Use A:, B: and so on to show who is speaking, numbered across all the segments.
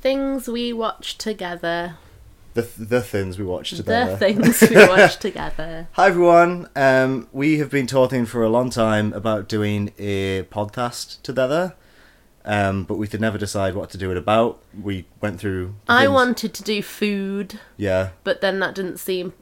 A: Things we watch together.
B: The, the things we watched today.
A: The things we watch together.
B: Hi everyone. Um, we have been talking for a long time about doing a podcast together, um, but we could never decide what to do it about. We went through. the
A: I
B: things-
A: wanted to do food,
B: Yeah,
A: but then that didn't seem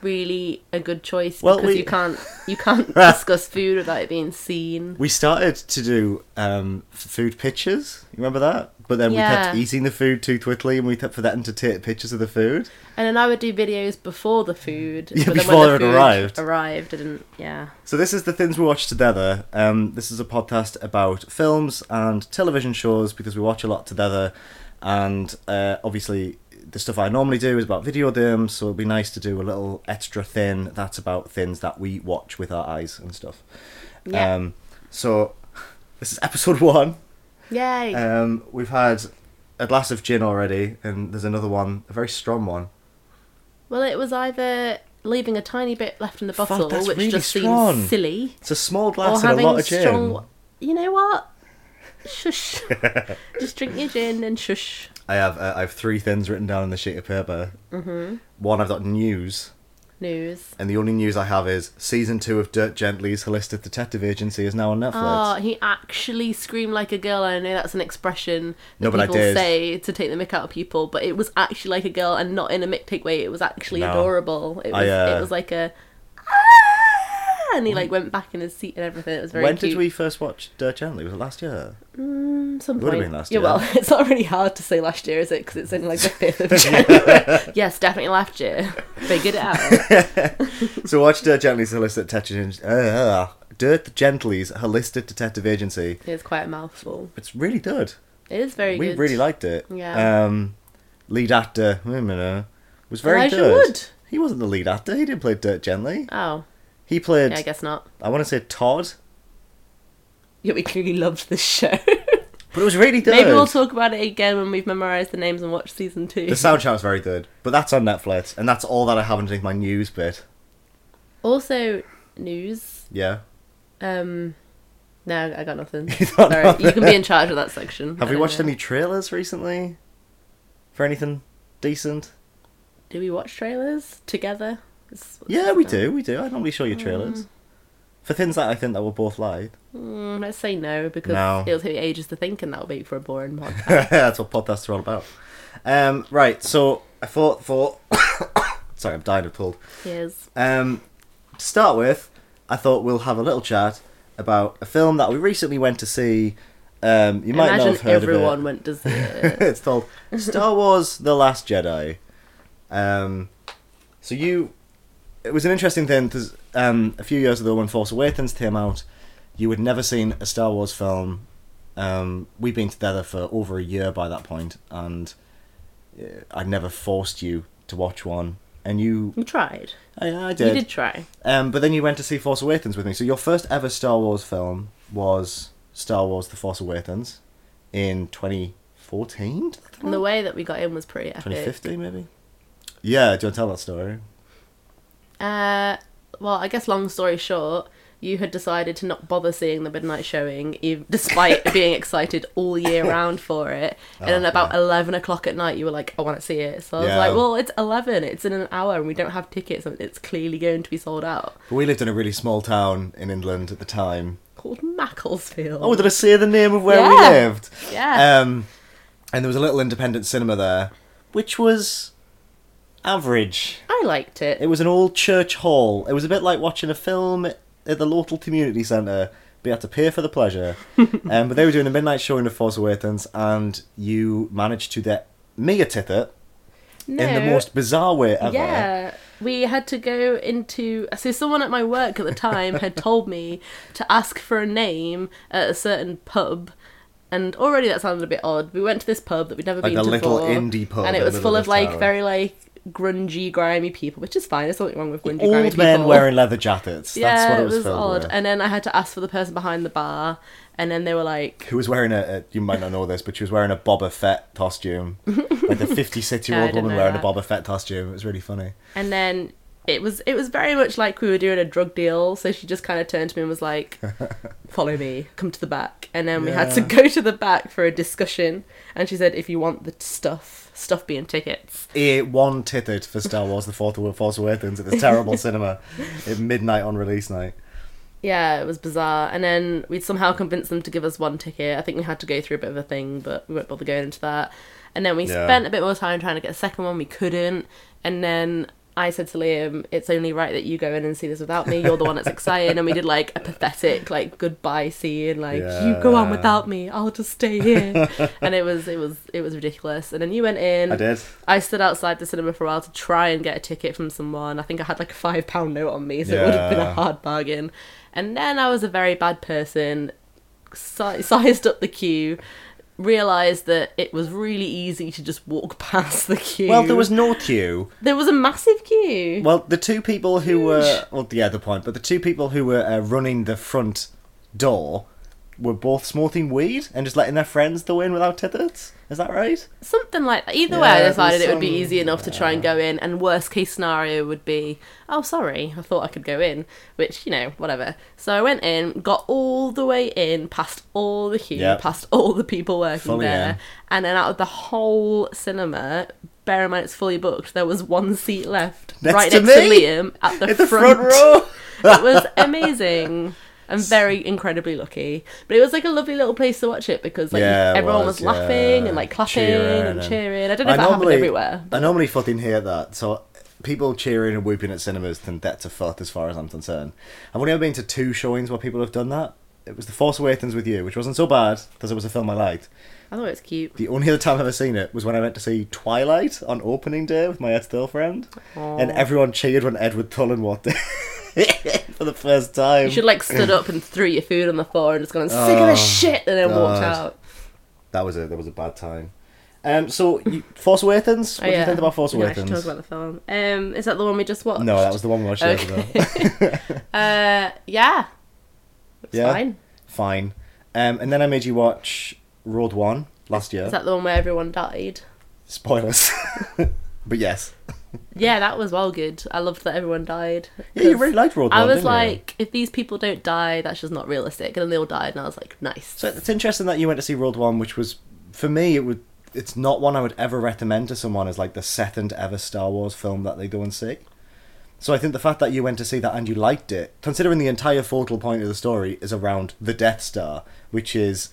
A: really a good choice
B: Well,
A: because
B: we-
A: you can't you can't discuss food without it being seen.
B: we started to do um, f- food pictures. You remember that? But then we kept
A: Yeah.
B: eating the food too quickly, and we kept forgetting to take pictures of the food.
A: And then I would do videos before the food.
B: Yeah,
A: but then
B: before
A: when the
B: it
A: food
B: arrived.
A: Arrived, I didn't. Yeah.
B: So this is the things we watch together. Um, this is a podcast about films and television shows because we watch a lot together, and uh, obviously the stuff I normally do is about video games. So it'd be nice to do a little extra thing that's about things that we watch with our eyes and stuff.
A: Yeah.
B: Um, so this is episode one.
A: Yay.
B: Um, we've had a glass of gin already, and there's another one, a very strong one.
A: well, it was either leaving a tiny bit left in the
B: Fuck,
A: bottle,
B: that's
A: which
B: really
A: just
B: strong.
A: seems silly,
B: It's a small
A: or
B: glass and a
A: having
B: lot of gin.
A: strong. You know what? Shush. just drink your gin and shush.
B: I have uh, I have three things written down on the sheet of paper. Mm-hmm. One I've got news,
A: News.
B: and the only news I have is season two of Dirt Gently's Holistic Detective Agency is now on
A: Oh,
B: Netflix.
A: he actually screamed like a girl. I know that's an expression that
B: No, but I
A: people
B: did.
A: say to take the mick out of people, but it was actually like a girl and not in a mick take way. It was actually
B: No.
A: adorable. It was,
B: I, uh,
A: it was like a. "Ah!" And he like went back in his seat and everything. It was very
B: when
A: cute.
B: did we first watch Dirt Gently? Was it last year?
A: Some
B: would've
A: point.
B: been last
A: yeah,
B: year.
A: well, it's not really hard to say last year, is it? Because it's only like the fifth of January. yes, definitely last year. Figured it out.
B: so watch Dirt Gently's Holistic Detective. Uh, Dirt Gently's Holistic Detective Agency.
A: It's quite a mouthful.
B: It's really good.
A: It is very
B: we
A: good.
B: really liked it.
A: Yeah.
B: Um, lead actor, you know, was very
A: Elijah
B: good.
A: Wood.
B: He wasn't the lead actor. He didn't play Dirt Gently.
A: Oh,
B: He played.
A: yeah, I
B: I,
A: guess not.
B: want to say Todd,
A: Yeah, we clearly loved this show.
B: but it was really good.
A: Maybe we'll talk about it again when we've memorised the names and watched season two.
B: The soundtrack's very good, but that's on Netflix, and that's all that I have in my news bit.
A: also, news.
B: Yeah.
A: Um, no, I got nothing.
B: You got
A: Sorry,
B: nothing.
A: you can be in charge of that section.
B: Have
A: I
B: we
A: don't
B: watched
A: know.
B: any trailers recently? For anything decent?
A: Do we watch trailers together? It's-
B: Yeah, we do, we do. I normally show you trailers. For things that I think that will both like.
A: Mm, let's say no because
B: No.
A: it'll take ages to think, and that'll make for a boring podcast.
B: that's what podcasts are all about. Um, right, so I thought for sorry, I'm dying of cold.
A: Yes.
B: Um, to start with, I thought we'll have a little chat about a film that we recently went to see. Um, you might not
A: Imagine
B: have heard of it.
A: everyone went to see it.
B: it's called Star Wars: The Last Jedi. Um, so you, it was an interesting thing because um, a few years ago when Force Awakens came out, you had never seen a Star Wars film. Um, we'd been together for over a year by that point, and uh, I'd never forced you to watch one, and you,
A: You tried.
B: I, I
A: You did try.
B: um, but then you went to see Force Awakens with me. So your first ever Star Wars film was Star Wars: The Force Awakens in 2014,
A: And the way that we got in was pretty epic.
B: 2015, maybe. Yeah, do you want to tell that story?
A: Uh, well, I guess long story short, you had decided to not bother seeing the midnight showing, ev- despite being excited all year round for it. And then
B: Oh,
A: about
B: yeah.
A: eleven o'clock at night, you were like, "I want to see it." So I was
B: Yeah.
A: like, "Well, it's eleven. It's in an hour, and we don't have tickets, and it's clearly going to be sold out."
B: But we lived in a really small town in England at the time.
A: Called Macclesfield.
B: Oh, did I say the name of where we
A: Yeah.
B: lived?
A: Yeah.
B: Um, and there was a little independent cinema there, which was average.
A: I liked it.
B: It was an old church hall. It was a bit like watching a film at the local community centre, but you had to pay for the pleasure. um, but they were doing a midnight showing of Force Awakens, and you managed to get me a ticket
A: no,
B: in the most bizarre way ever.
A: Yeah, we had to go into. So someone at my work at the time had told me to ask for a name at a certain pub. And already that sounded a bit odd. We went to this pub that we'd never
B: Like
A: been
B: a
A: to
B: little
A: before,
B: indie pub
A: and
B: in
A: it
B: the
A: was
B: middle
A: full
B: of
A: of
B: the
A: like
B: town.
A: very like grungy, grimy people, which is fine. There's nothing wrong with grungy, grimy
B: Old
A: people.
B: men wearing leather jackets.
A: yeah,
B: That's what it was, filled
A: odd.
B: with.
A: And then I had to ask for the person behind the bar, and then they were like,
B: Who was wearing a, a, you might not know this, but she was wearing a Boba Fett costume. like the 56 year
A: Yeah, I
B: old
A: didn't
B: woman
A: know
B: wearing
A: that.
B: a Boba Fett costume. It was really funny.
A: and then it was it was very much like we were doing a drug deal. So she just kind of turned to me and was like, "Follow me, come to the back." And then we had to
B: Yeah.
A: go to the back for a discussion. And she said, "If you want the stuff, stuff being tickets."
B: A one titted for Star Wars: The Fourth Awa- Force Awakens at this terrible cinema at midnight on release night.
A: Yeah, it was bizarre. And then we'd somehow convinced them to give us one ticket. I think we had to go through a bit of a thing, but we won't bother going into that. And then we
B: Yeah.
A: spent a bit more time trying to get a second one. We couldn't. And then I said to Liam, "It's only right that you go in and see this without me. You're the one that's exciting." And we did like a pathetic like goodbye scene, like "You go on
B: Yeah.
A: without me. I'll just stay here." and it was it was it was ridiculous. And then you went in.
B: I did.
A: I stood outside the cinema for a while to try and get a ticket from someone. I think I had like a five pound note on me, so it would have been a
B: Yeah.
A: hard bargain. And then I was a very bad person, si- sized up the queue, realised that it was really easy to just walk past the queue.
B: Well, there was no queue.
A: there was a massive queue.
B: Well, the two people who were well, yeah, the point. But the two people who were uh, running the front door were both smoking weed and just letting their friends go in without tickets. Is that right?
A: Something like that. Either way,
B: Yeah,
A: I
B: there's
A: decided it would be
B: some-
A: easy enough to try and go in, and worst case scenario would be, oh, sorry, I thought I could go in, which, you know, whatever. So I went in, got all the way in, past all the queue,
B: Yep.
A: past all the people working
B: Fully
A: there,
B: in.
A: and then out of the whole cinema, bear in mind it's fully booked, there was one seat left
B: Next
A: right
B: to
A: next
B: me?
A: to Liam at the,
B: In the front row.
A: it was amazing and very incredibly lucky. But it was like a lovely little place to watch it because like
B: Yeah, it
A: everyone was,
B: was,
A: laughing
B: yeah.
A: and like clapping
B: Cheering
A: and
B: and-
A: cheering. I don't know if that happened everywhere.
B: I normally fucking hear that. So people cheering and whooping at cinemas than that to fuck as far as I'm concerned. I've only ever been to two showings where people have done that. It was The Force Awakens with you, which wasn't so bad because it was a film I liked.
A: I thought it was cute.
B: The only other time I've ever seen it was when I went to see Twilight on opening day with my ex-girlfriend, and everyone cheered when Edward Cullen walked in for the first time.
A: You should like stood up and threw your food on the floor and just gone sick of this shit and then walked
B: Oh, God.
A: out.
B: That was a that was a bad time. Um, so you, Force Awakens. What do
A: Oh,
B: you think about Force
A: We should
B: Awakens?
A: talk about the film. Um, is that the one we just watched?
B: no, that was the one we watched the other
A: Okay.
B: day.
A: Uh, yeah. It's
B: Yeah?
A: fine.
B: Fine. Um, and then I made you watch Road One last year.
A: Is that the one where everyone died?
B: Spoilers. but yes.
A: Yeah, that was well good. I loved that everyone died.
B: Yeah, you
A: 'Cause-
B: really liked Road
A: I
B: One.
A: was
B: didn't you?
A: like, if these people don't die, that's just not realistic. And then they all died, and I was like, nice.
B: So it's interesting that you went to see Road One, which was for me it would it's not one I would ever recommend to someone as like the second ever Star Wars film that they go and see. So I think the fact that you went to see that and you liked it, considering the entire focal point of the story is around the Death Star, which is,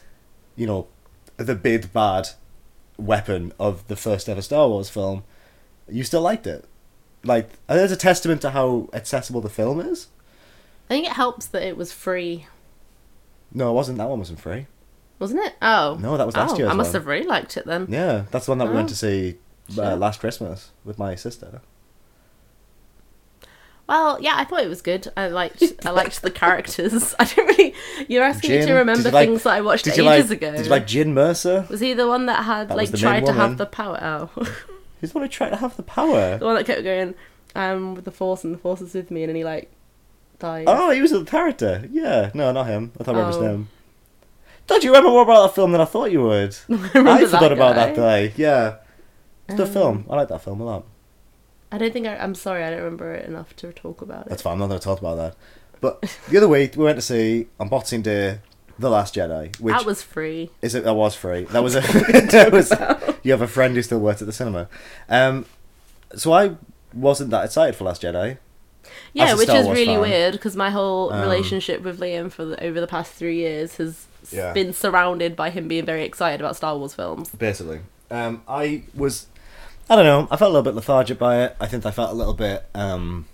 B: you know, the big bad weapon of the first ever Star Wars film, you still liked it. Like, I think it's a testament to how accessible the film is.
A: I think it helps that it was free,
B: No, it wasn't. That one wasn't free.
A: wasn't it? Oh.
B: No, that was last
A: oh,
B: year's
A: I must
B: one.
A: have really liked it then.
B: Yeah, that's the one that we
A: Oh.
B: went to see uh,
A: Sure.
B: last Christmas with my sister.
A: Well, yeah, I thought it was good. I liked I liked the characters. I don't really. You're asking me
B: Jin-
A: to remember
B: did you like-
A: things that I watched
B: Did
A: ages
B: you like?
A: ago.
B: Did you like Jin Mercer?
A: was he the one that had
B: That was
A: like
B: the main
A: tried to have
B: woman.
A: the power? Oh,
B: Who's the one who tried to have the power?
A: the one that kept going um, with the force and the force is with me, and then he like died.
B: Oh, he was the character. Yeah, no, not him. I thought I
A: Oh.
B: remember his name. Don't you remember more about that film than I thought you would?
A: remember
B: I forgot
A: that
B: about that
A: guy.
B: day. Yeah, it's a good
A: Um,
B: film. I like that film a lot.
A: I don't think I, I'm sorry. I don't remember it enough to talk about it.
B: That's fine. I'm not going to talk about that. But the other week we went to see on Boxing Day, The Last Jedi, which
A: that was free.
B: Is it? That was free. That was a. that was. You have a friend who still works at the cinema. Um, so I wasn't that excited for Last Jedi. as
A: Yeah,
B: a
A: which
B: Star
A: is
B: Wars
A: really
B: fan.
A: weird because my whole
B: Um,
A: relationship with Liam for the, over the past three years has s-
B: Yeah.
A: been surrounded by him being very excited about Star Wars films.
B: Basically, um, I was. I don't know. I felt a little bit lethargic by it. I think I felt a little bit. Um,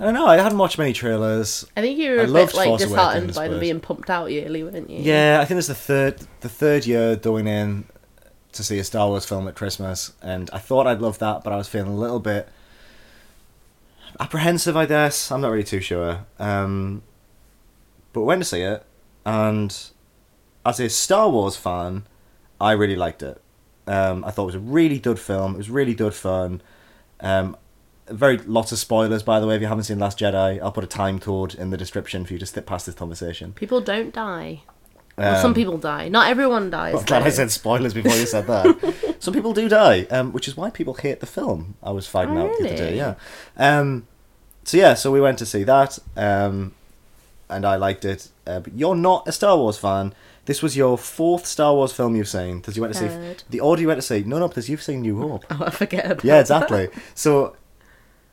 B: I don't know. I hadn't watched many trailers.
A: I think you were
B: I
A: a bit
B: loved
A: like
B: Force
A: disheartened
B: Awakens,
A: by them
B: but-
A: being pumped out yearly, weren't you?
B: Yeah, I think it's the third the third year going in to see a Star Wars film at Christmas, and I thought I'd love that, but I was feeling a little bit apprehensive, I guess. I'm not really too sure. Um, but went to see it, and as a Star Wars fan, I really liked it. Um, I thought it was a really good film. It was really good fun. Um, very lots of spoilers, by the way. If you haven't seen Last Jedi, I'll put a time code in the description for you to skip past this conversation.
A: People don't die. Well, some
B: Um,
A: people die. Not everyone dies.
B: I'm glad I
A: though.
B: said spoilers before you said that. Some people do die, um, which is why people hate the film. I was finding
A: Oh,
B: out the other day.
A: really?
B: Yeah. Um, so yeah, so we went to see that, um, and I liked it. Uh, but you're not a Star Wars fan. This was your fourth Star Wars film you've seen because you went to
A: Third.
B: see the order you went to see. No, no, because you've seen New Hope.
A: Oh, I forget about
B: Yeah,
A: that.
B: exactly. so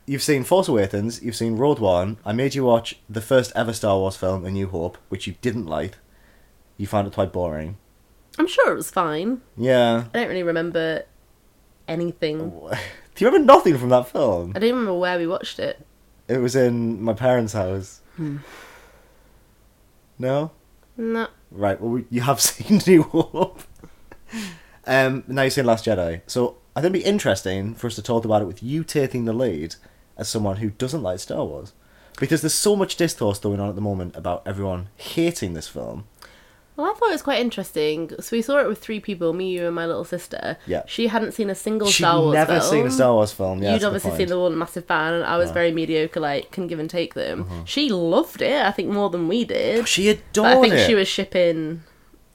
B: you've seen Force Awakens, you've seen Road One. I made you watch the first ever Star Wars film, A New Hope, which you didn't like. You found it quite boring.
A: I'm sure it was fine.
B: Yeah.
A: I don't really remember anything.
B: Oh. Do you remember nothing from that film?
A: I don't even remember where we watched it.
B: It was in my parents' house.
A: Hmm.
B: No?
A: No.
B: Right, well, we- you have seen New Hope. um, now you've seen Last Jedi. So I think it'd be interesting for us to talk about it with you taking the lead as someone who doesn't like Star Wars. Because there's so much discourse going on at the moment about everyone hating this film.
A: Well, I thought it was quite interesting. So we saw it with three people: me, you, and my little sister.
B: Yeah.
A: She hadn't seen a single
B: She'd
A: Star Wars
B: never
A: film.
B: seen a Star Wars film.
A: You'd
B: Yeah, that's a good
A: obviously
B: point.
A: seen the one massive fan, and I was
B: Yeah. Uh-huh.
A: very mediocre, like can give and take them. She loved it, I think, more than we did.
B: She
A: But
B: adored
A: I think
B: it.
A: she was shipping,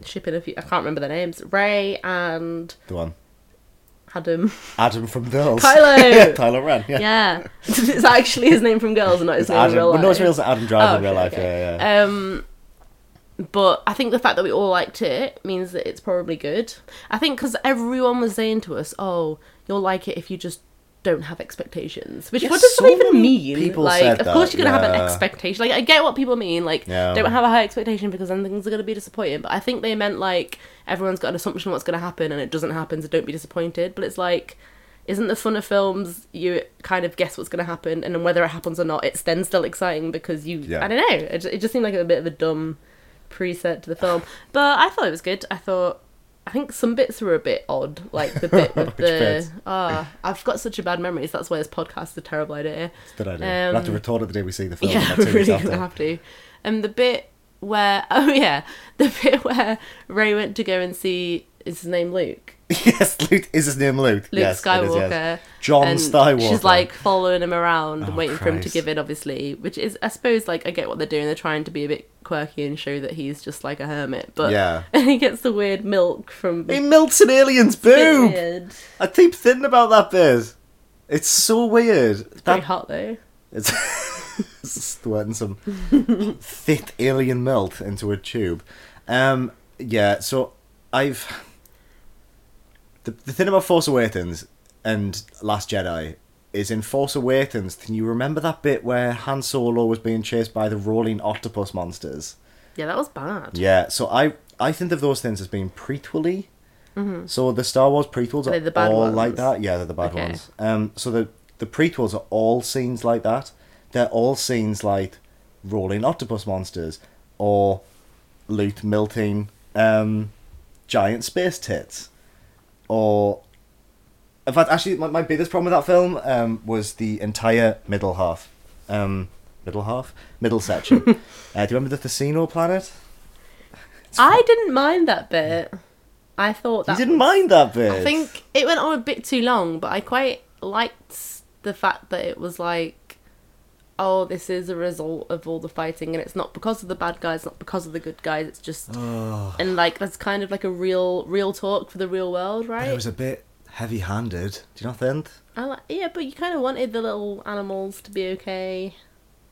A: shipping a few. I can't remember the names. Ray and
B: the one.
A: Adam.
B: Adam from Girls.
A: Kylo!
B: Kylo Ren. Yeah.
A: Yeah, it's actually his name from Girls, and not his
B: It's
A: name in
B: Adam.
A: real
B: Well,
A: life.
B: no, it's real. It's Adam Driver
A: Oh,
B: in real
A: okay,
B: life.
A: okay.
B: Yeah, yeah.
A: Um, but I think the fact that we all liked it means that it's probably good. I think because everyone was saying to us, "Oh, you'll like it if you just don't have expectations," which
B: Yeah,
A: what does
B: so
A: that even
B: many
A: mean?
B: people
A: like,
B: said
A: of course
B: that,
A: you're gonna have an
B: yeah.
A: expectation. Like, I get what people mean. Like,
B: Yeah.
A: don't have a high expectation because then things are gonna be disappointing. But I think they meant like everyone's got an assumption of what's gonna happen, and it doesn't happen, so don't be disappointed. But it's like. Isn't the fun of films you kind of guess what's going to happen, and then whether it happens or not, it's then still exciting because you
B: Yeah.
A: I don't know. It, ju- it just seemed like a bit of a dumb preset to the film, but I thought it was good. I thought I think some bits were a bit odd, like the bit with
B: Which
A: the
B: bits?
A: ah. I've got such a bad memory, so that's why this podcast is a terrible idea.
B: Good idea. we'll have to
A: um,
B: record it the day we see the film.
A: Yeah,
B: about two
A: we're really
B: weeks
A: gonna
B: after.
A: have to. And the bit where oh yeah, the bit where Ray went to go and see is his name Luke.
B: yes, Luke is his name Luke.
A: Luke
B: yes, it is,
A: Skywalker.
B: yes. John
A: and
B: Skywalker.
A: She's like following him around
B: Oh,
A: and waiting for him to
B: Christ.
A: give in, obviously. Which is, I suppose, like I get what they're doing. They're trying to be a bit quirky and show that he's just like a hermit. But
B: Yeah.
A: and he gets the weird milk from.
B: He melts an alien's
A: Bit
B: boob.
A: weird.
B: I keep thinking about that bit. It's so weird.
A: Very
B: That
A: hot though.
B: it's squirting some thick alien melt into a tube. Um, yeah. So I've the the thing about Force Awakens and Last Jedi is in Force Awakens. Can you remember that bit where Han Solo was being chased by the rolling octopus monsters?
A: Yeah, that was bad.
B: Yeah, so I I think of those things as being prequely. Mm-hmm. So the Star Wars prequels
A: Are
B: are,
A: they the bad
B: all
A: ones?
B: like that. Yeah, they're the bad
A: Okay.
B: ones. Um, so the the prequels are all scenes like that. They're all scenes like rolling octopus monsters or Luke melting um, giant space tits or. In fact, actually, my, my biggest problem with that film um, was the entire middle half. Um, middle half? Middle section. uh, do you remember the Casino Planet?
A: I didn't mind that bit. I thought
B: You
A: that.
B: didn't mind that bit.
A: I think it went on a bit too long, but I quite liked the fact that it was like, oh, this is a result of all the fighting, and it's not because of the bad guys, not because of the good guys. It's just and like that's kind of like a real, real talk for the real world,
B: But
A: right?
B: it was a bit heavy-handed. Do you not think?
A: I like, yeah, but you kind of wanted the little animals to be okay.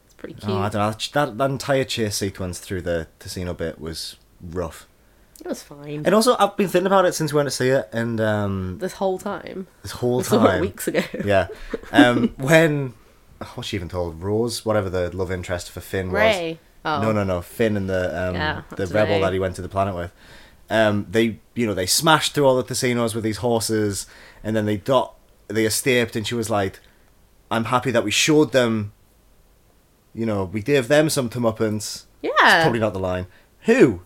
A: It's pretty cute.
B: Oh, I don't know. That, that entire chase sequence through the casino bit was rough.
A: It was fine
B: And also, I've been thinking about it since we went to see it, and um,
A: this whole time.
B: this whole
A: I saw it
B: time.
A: weeks ago.
B: yeah. Um, when oh, what's she even called Rose, whatever the love interest for Finn
A: Ray.
B: was.
A: Oh.
B: No, no, no. Finn and the um,
A: Yeah,
B: the
A: that's
B: rebel
A: Ray.
B: that he went to the planet with. Um, they, you know, they smashed through all the casinos with these horses, and then they got they escaped, and she was like, "I'm happy that we showed them. You know, we gave them some comeuppance.
A: Yeah.
B: Probably not the line. Who?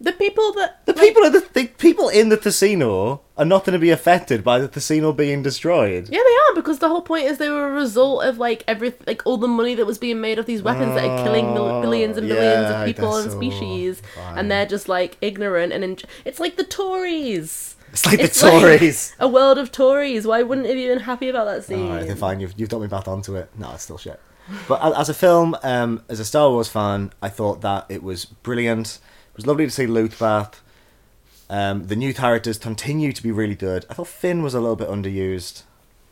A: The people that
B: The people at the, the people in the casino are not going to be affected by the casino being destroyed.
A: Yeah, they are because the whole point is they were a result of like every like all the money that was being made of these weapons that are killing mil-
B: Oh,
A: billions and
B: yeah,
A: billions of
B: I
A: people
B: guess
A: and
B: so.
A: species,
B: Fine.
A: and they're just like ignorant and in- it's like the Tories.
B: It's like
A: It's
B: the
A: like
B: Tories.
A: a world of Tories. Why wouldn't it have been happy about that scene?
B: All right, then fine. You've you've got me back onto it. No, it's still shit. But a- as a film, um, as a Star Wars fan, I thought that it was brilliant. It was lovely to see Luke back. Um, the new characters continue to be really good. I thought Finn was a little bit underused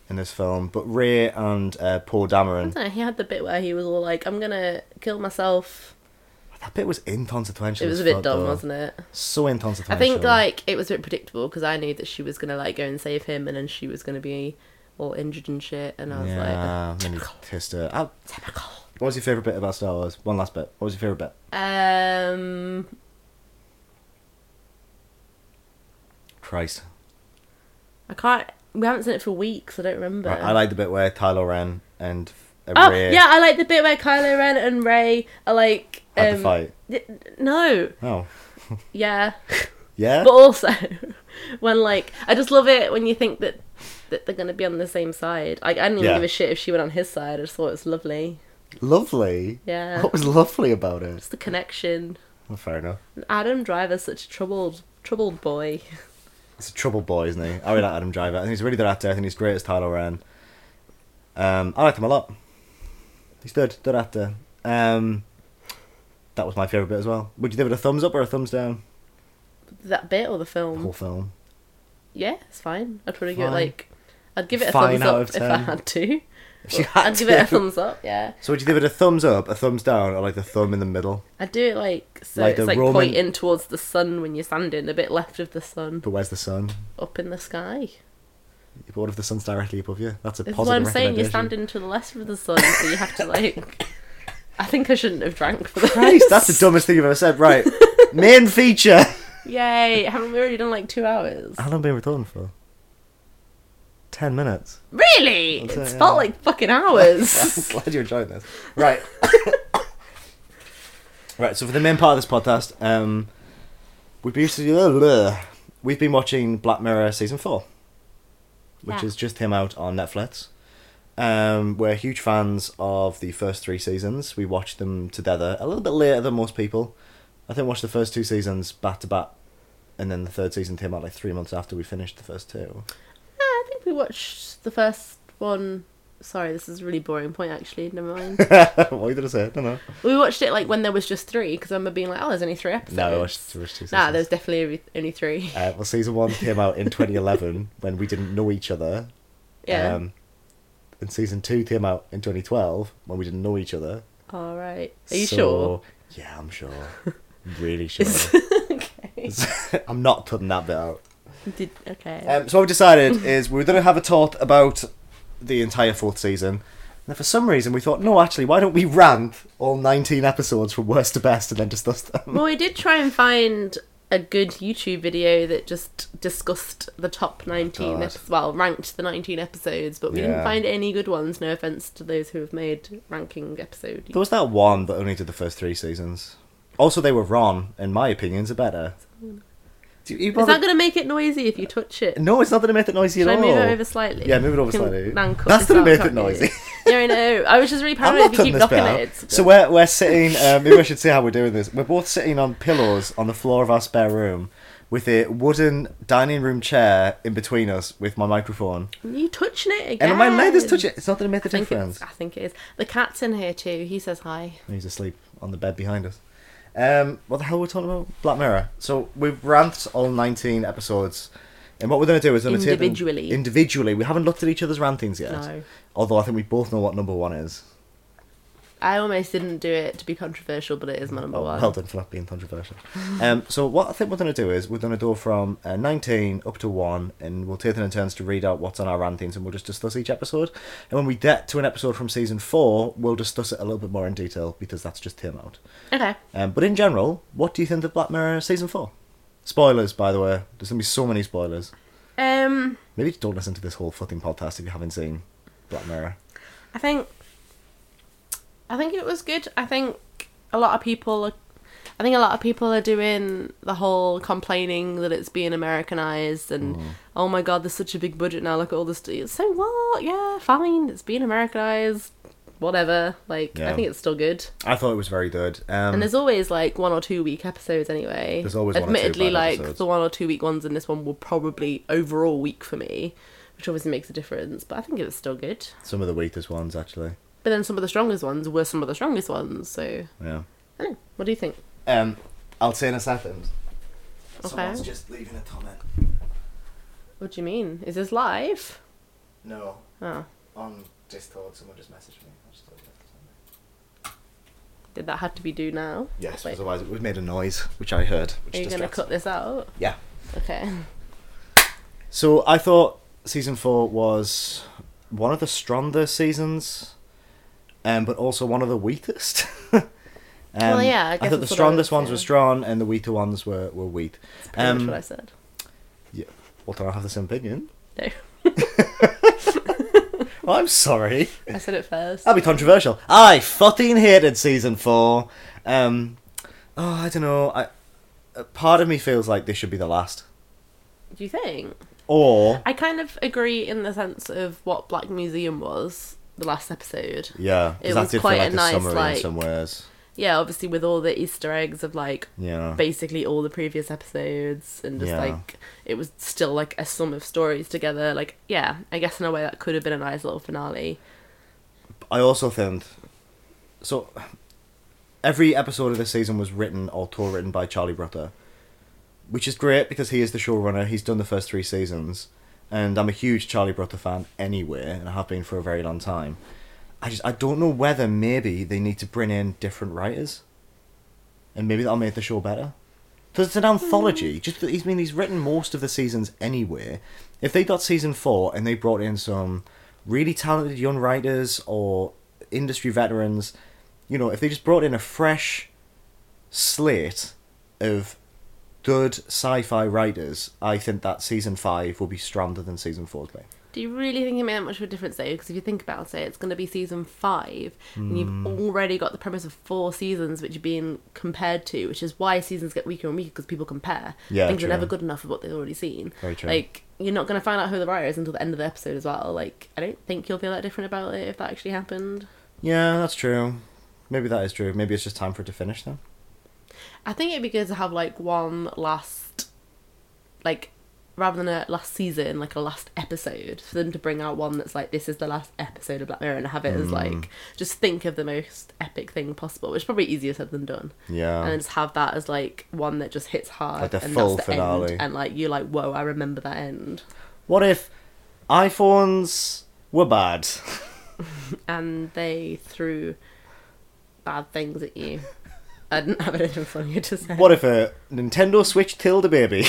B: in this film, but Ray and uh,
A: I
B: Paul Dameron.
A: don't know, he had the bit where he was all like, I'm gonna kill myself.
B: That bit was inconsequential.
A: It was
B: as
A: a bit
B: fuck,
A: dumb,
B: though.
A: wasn't it?
B: So
A: I
B: inconsequential.
A: think like it was a bit predictable because I knew that she was gonna like go and save him, and then she was gonna be all injured and shit, and I was
B: yeah,
A: like,
B: and then he
A: typical,
B: kissed her. Ah,
A: typical.
B: what was your favorite bit about Star Wars? One last bit. What was your favorite bit?
A: Um,
B: Christ.
A: I can't. We haven't seen it for weeks. I don't remember.
B: Right, I like the bit where Kylo Ren and uh,
A: Oh
B: Ray
A: yeah, I like the bit where Kylo Ren and Ray are like.
B: had
A: Um,
B: the fight.
A: y- No.
B: Oh,
A: Yeah.
B: yeah.
A: but also when like I just love it when you think that that they're gonna be on the same side. Like I didn't even
B: Yeah.
A: give a shit if she went on his side. I just thought it was lovely.
B: lovely.
A: Yeah.
B: What was lovely about it?
A: It's the connection.
B: Well, fair enough.
A: Adam Driver's such a troubled troubled boy.
B: He's a trouble boy, isn't he? I really like Adam Driver. I think he's a really good actor. I think he's great as Kylo Ren. Um, I liked him a lot. He's good, good actor. Um, that was my favourite bit as well. Would you give it a thumbs up or a thumbs down?
A: That bit or the
B: The whole
A: film?
B: film.
A: Yeah, it's fine. I'd probably give it
B: Fine.
A: like I'd give it a
B: Fine
A: thumbs
B: out
A: up
B: of
A: if I
B: 10.
A: had to.
B: If you had
A: I'd give it a
B: to.
A: thumbs up, yeah.
B: So would you give it a thumbs up, a thumbs down, or like the thumb in the middle?
A: I'd do it like so
B: Like
A: it's
B: the
A: like
B: Roman-
A: pointing towards the sun when you're standing, a bit left of the sun,
B: But where's the sun?
A: up in the sky.
B: But what if the sun's directly above you? That's a
A: This is
B: positive
A: what I'm saying. You're
B: recommendation.
A: standing to the left of the sun, so you have to like. I think I shouldn't have drank for this.
B: Christ, that's the dumbest thing you've ever said. Right. Main feature.
A: Yay! Haven't we already done like two hours?
B: How long have we been recording for? Ten minutes.
A: Really?
B: That's
A: It's
B: it,
A: felt
B: yeah.
A: like fucking hours.
B: glad you're enjoying this. Right. right, so for the main part of this podcast, um, we've been, we've been watching Black Mirror Season 4, which
A: Yeah.
B: has just came out on Netflix. Um, we're huge fans of the first three seasons. We watched them together a little bit later than most people. I think we watched the first two seasons back to back, and then the third season came out like three months after we finished the first two.
A: Yeah, I think we watched the first one. Sorry, this is a really boring point. Actually, never mind.
B: Why did I say? it? I don't know.
A: we watched it like when there was just three, because I remember being like, "Oh, there's only three episodes."
B: No, we watched the first two seasons.
A: Nah, there's definitely only- only three.
B: Uh, well, season one came out in 2011 when we didn't know each other.
A: Yeah.
B: um, and season two came out in 2012 when we didn't know each other.
A: All right. Are you
B: So-
A: sure?
B: Yeah, I'm sure. really sure.
A: okay.
B: I'm not cutting that bit out.
A: Did okay.
B: Um, so what we decided is we were going to have a talk about the entire fourth season. And for some reason, we thought, no, actually, why don't we rank all 19 episodes from worst to best and then discuss them?
A: Well, we did try and find a good YouTube video that just discussed the top 19,
B: God.
A: episodes, well, ranked the 19 episodes, but we didn't
B: Oh, Yeah.
A: find any good ones. No offense to those who have made ranking episode.
B: There was that one that only did the first three seasons. Also, they were wrong, in my opinions, are better. Do you, you
A: Is
B: bother-
A: that going to make it noisy if you touch it?
B: No, it's not that it made it noisy
A: Should
B: at
A: I
B: all.
A: move it over slightly?
B: Yeah, move it over
A: You can
B: slightly.
A: then cut
B: That's
A: this
B: gonna
A: out,
B: make it
A: can't
B: noisy.
A: You? no, I know. I was just really
B: I'm
A: paranoid
B: not
A: if you keep
B: cutting this
A: knocking
B: bit out.
A: it. It's
B: So we're, we're sitting, uh, maybe I should say how we're doing this. We're both sitting on pillows on the floor of our spare room with a wooden dining room chair in between us with my microphone.
A: you touching it again.
B: And my neither's touch it. It's not that it made the
A: I think,
B: difference.
A: it's, I think it is. The cat's in here too. He says hi.
B: He's asleep on the bed behind us. Um, what the hell were we talking about? Black Mirror. So we've ranked all 19 episodes. And what we're going to do is we're going to take them
A: Individually.
B: individually. We haven't looked at each other's rantings yet.
A: No.
B: Although I think we both know what number one is.
A: I almost didn't do it to be controversial, but it is my number
B: Oh,
A: one.
B: well done for not being controversial. um, so what I think we're going to do is we're going to go from uh, 19 up to 1 and we'll take them in turns to read out what's on our rantings and we'll just discuss each episode. And when we get to an episode from season 4, we'll discuss it a little bit more in detail because that's just came out.
A: Okay.
B: Um, but in general, what do you think of Black Mirror season four? Spoilers, by the way. There's gonna be so many spoilers.
A: Um,
B: Maybe don't listen to this whole fucking podcast if you haven't seen Black Mirror.
A: I think, I think it was good. I think a lot of people, are, I think a lot of people are doing the whole complaining that it's being Americanized
B: Mm.
A: and oh my god, there's such a big budget now. Look at all this. So what? Yeah, fine. It's being Americanized. Whatever. Like I
B: Yeah.
A: think it's still good.
B: I thought it was very good. Um,
A: And there's always like one or two week episodes anyway.
B: There's always one or two
A: admittedly
B: bad
A: like
B: episodes.
A: the one or two week ones in this one were probably overall weak for me, which obviously makes a difference. But I think it was still good.
B: some of the weakest ones actually.
A: But then some of the strongest ones were some of the strongest ones. So
B: Yeah.
A: I don't know. What do you think?
B: Um, I'll say in a second. Someone's
A: Okay.
B: just leaving a comment.
A: What do you mean? Is this live?
B: No,
A: Oh,
B: on Discord, someone just messaged me. I just thought that was on
A: did that have to be do now?
B: there. Yes,
A: Wait.
B: otherwise it would have made a noise, which I heard. Which
A: Are you going to
B: distracts-
A: cut this out?
B: Yeah.
A: Okay.
B: So I thought season four was one of the stronger seasons, um, but also one of the weakest. um,
A: Well, yeah, I guess
B: thought the
A: that's what I
B: strongest
A: would
B: ones were
A: say.
B: strong, and the weaker ones were were weak.
A: That's pretty much
B: Um,
A: what I said.
B: Walter, I have the same opinion.
A: No.
B: I'm sorry.
A: I said it first.
B: I'll be controversial. I fucking hated season four. Um, oh, I don't know. I, a part of me feels like this should be the last,
A: Do you think?
B: or
A: I kind of agree in the sense of what Black Museum was the last episode.
B: yeah, 'cause
A: It
B: that
A: was
B: did
A: quite
B: feel
A: a
B: like
A: nice,
B: summary
A: like-
B: in some ways.
A: Yeah, obviously with all the Easter eggs of like
B: Yeah.
A: basically all the previous episodes and just
B: Uh-huh. Yeah.
A: like it was still like a sum of stories together. Like yeah, I guess in a way that could have been a nice little finale.
B: I also think so. Every episode of this season was written or co-written by Charlie Rutter, which is great because he is the showrunner. He's done the first three seasons, and I'm a huge Charlie Rutter fan anyway, and I have been for a very long time. I just I don't know whether maybe they need to bring in different writers, and maybe that'll make the show better. Because it's an anthology. Just that he's I mean he's written most of the seasons anyway. If they got season four and they brought in some really talented young writers or industry veterans, you know, if they just brought in a fresh slate of good sci-fi writers, I think that season five will be stronger than season four. Today.
A: Do you really think it made that much of a difference though? Because if you think about it, it's going to be season five, and
B: Hmm.
A: you've already got the premise of four seasons which are being compared to, which is why seasons get weaker and weaker because people compare.
B: Yeah,
A: things
B: true.
A: are never good enough of what they've already seen.
B: Very true.
A: Like you're not going to find out who the writer is until the end of the episode as well. Like I don't think you'll feel that different about it if that actually happened.
B: Yeah, that's true. Maybe that is true. Maybe it's just time for it to finish then.
A: I think it'd be good to have like one last, like, rather than a last season, like a last episode for them to bring out one that's like this is the last episode of Black Mirror and have it
B: Mm.
A: as like just think of the most epic thing possible, which is probably easier said than done,
B: Yeah.
A: and then just have that as like one that just hits hard
B: Like the
A: and
B: full
A: that's the
B: finale.
A: end, and like you're like whoa, I remember that end,
B: What if iPhones were bad?
A: and they threw bad things at you. I didn't have anything funnier to say.
B: What if a Nintendo Switch killed a baby?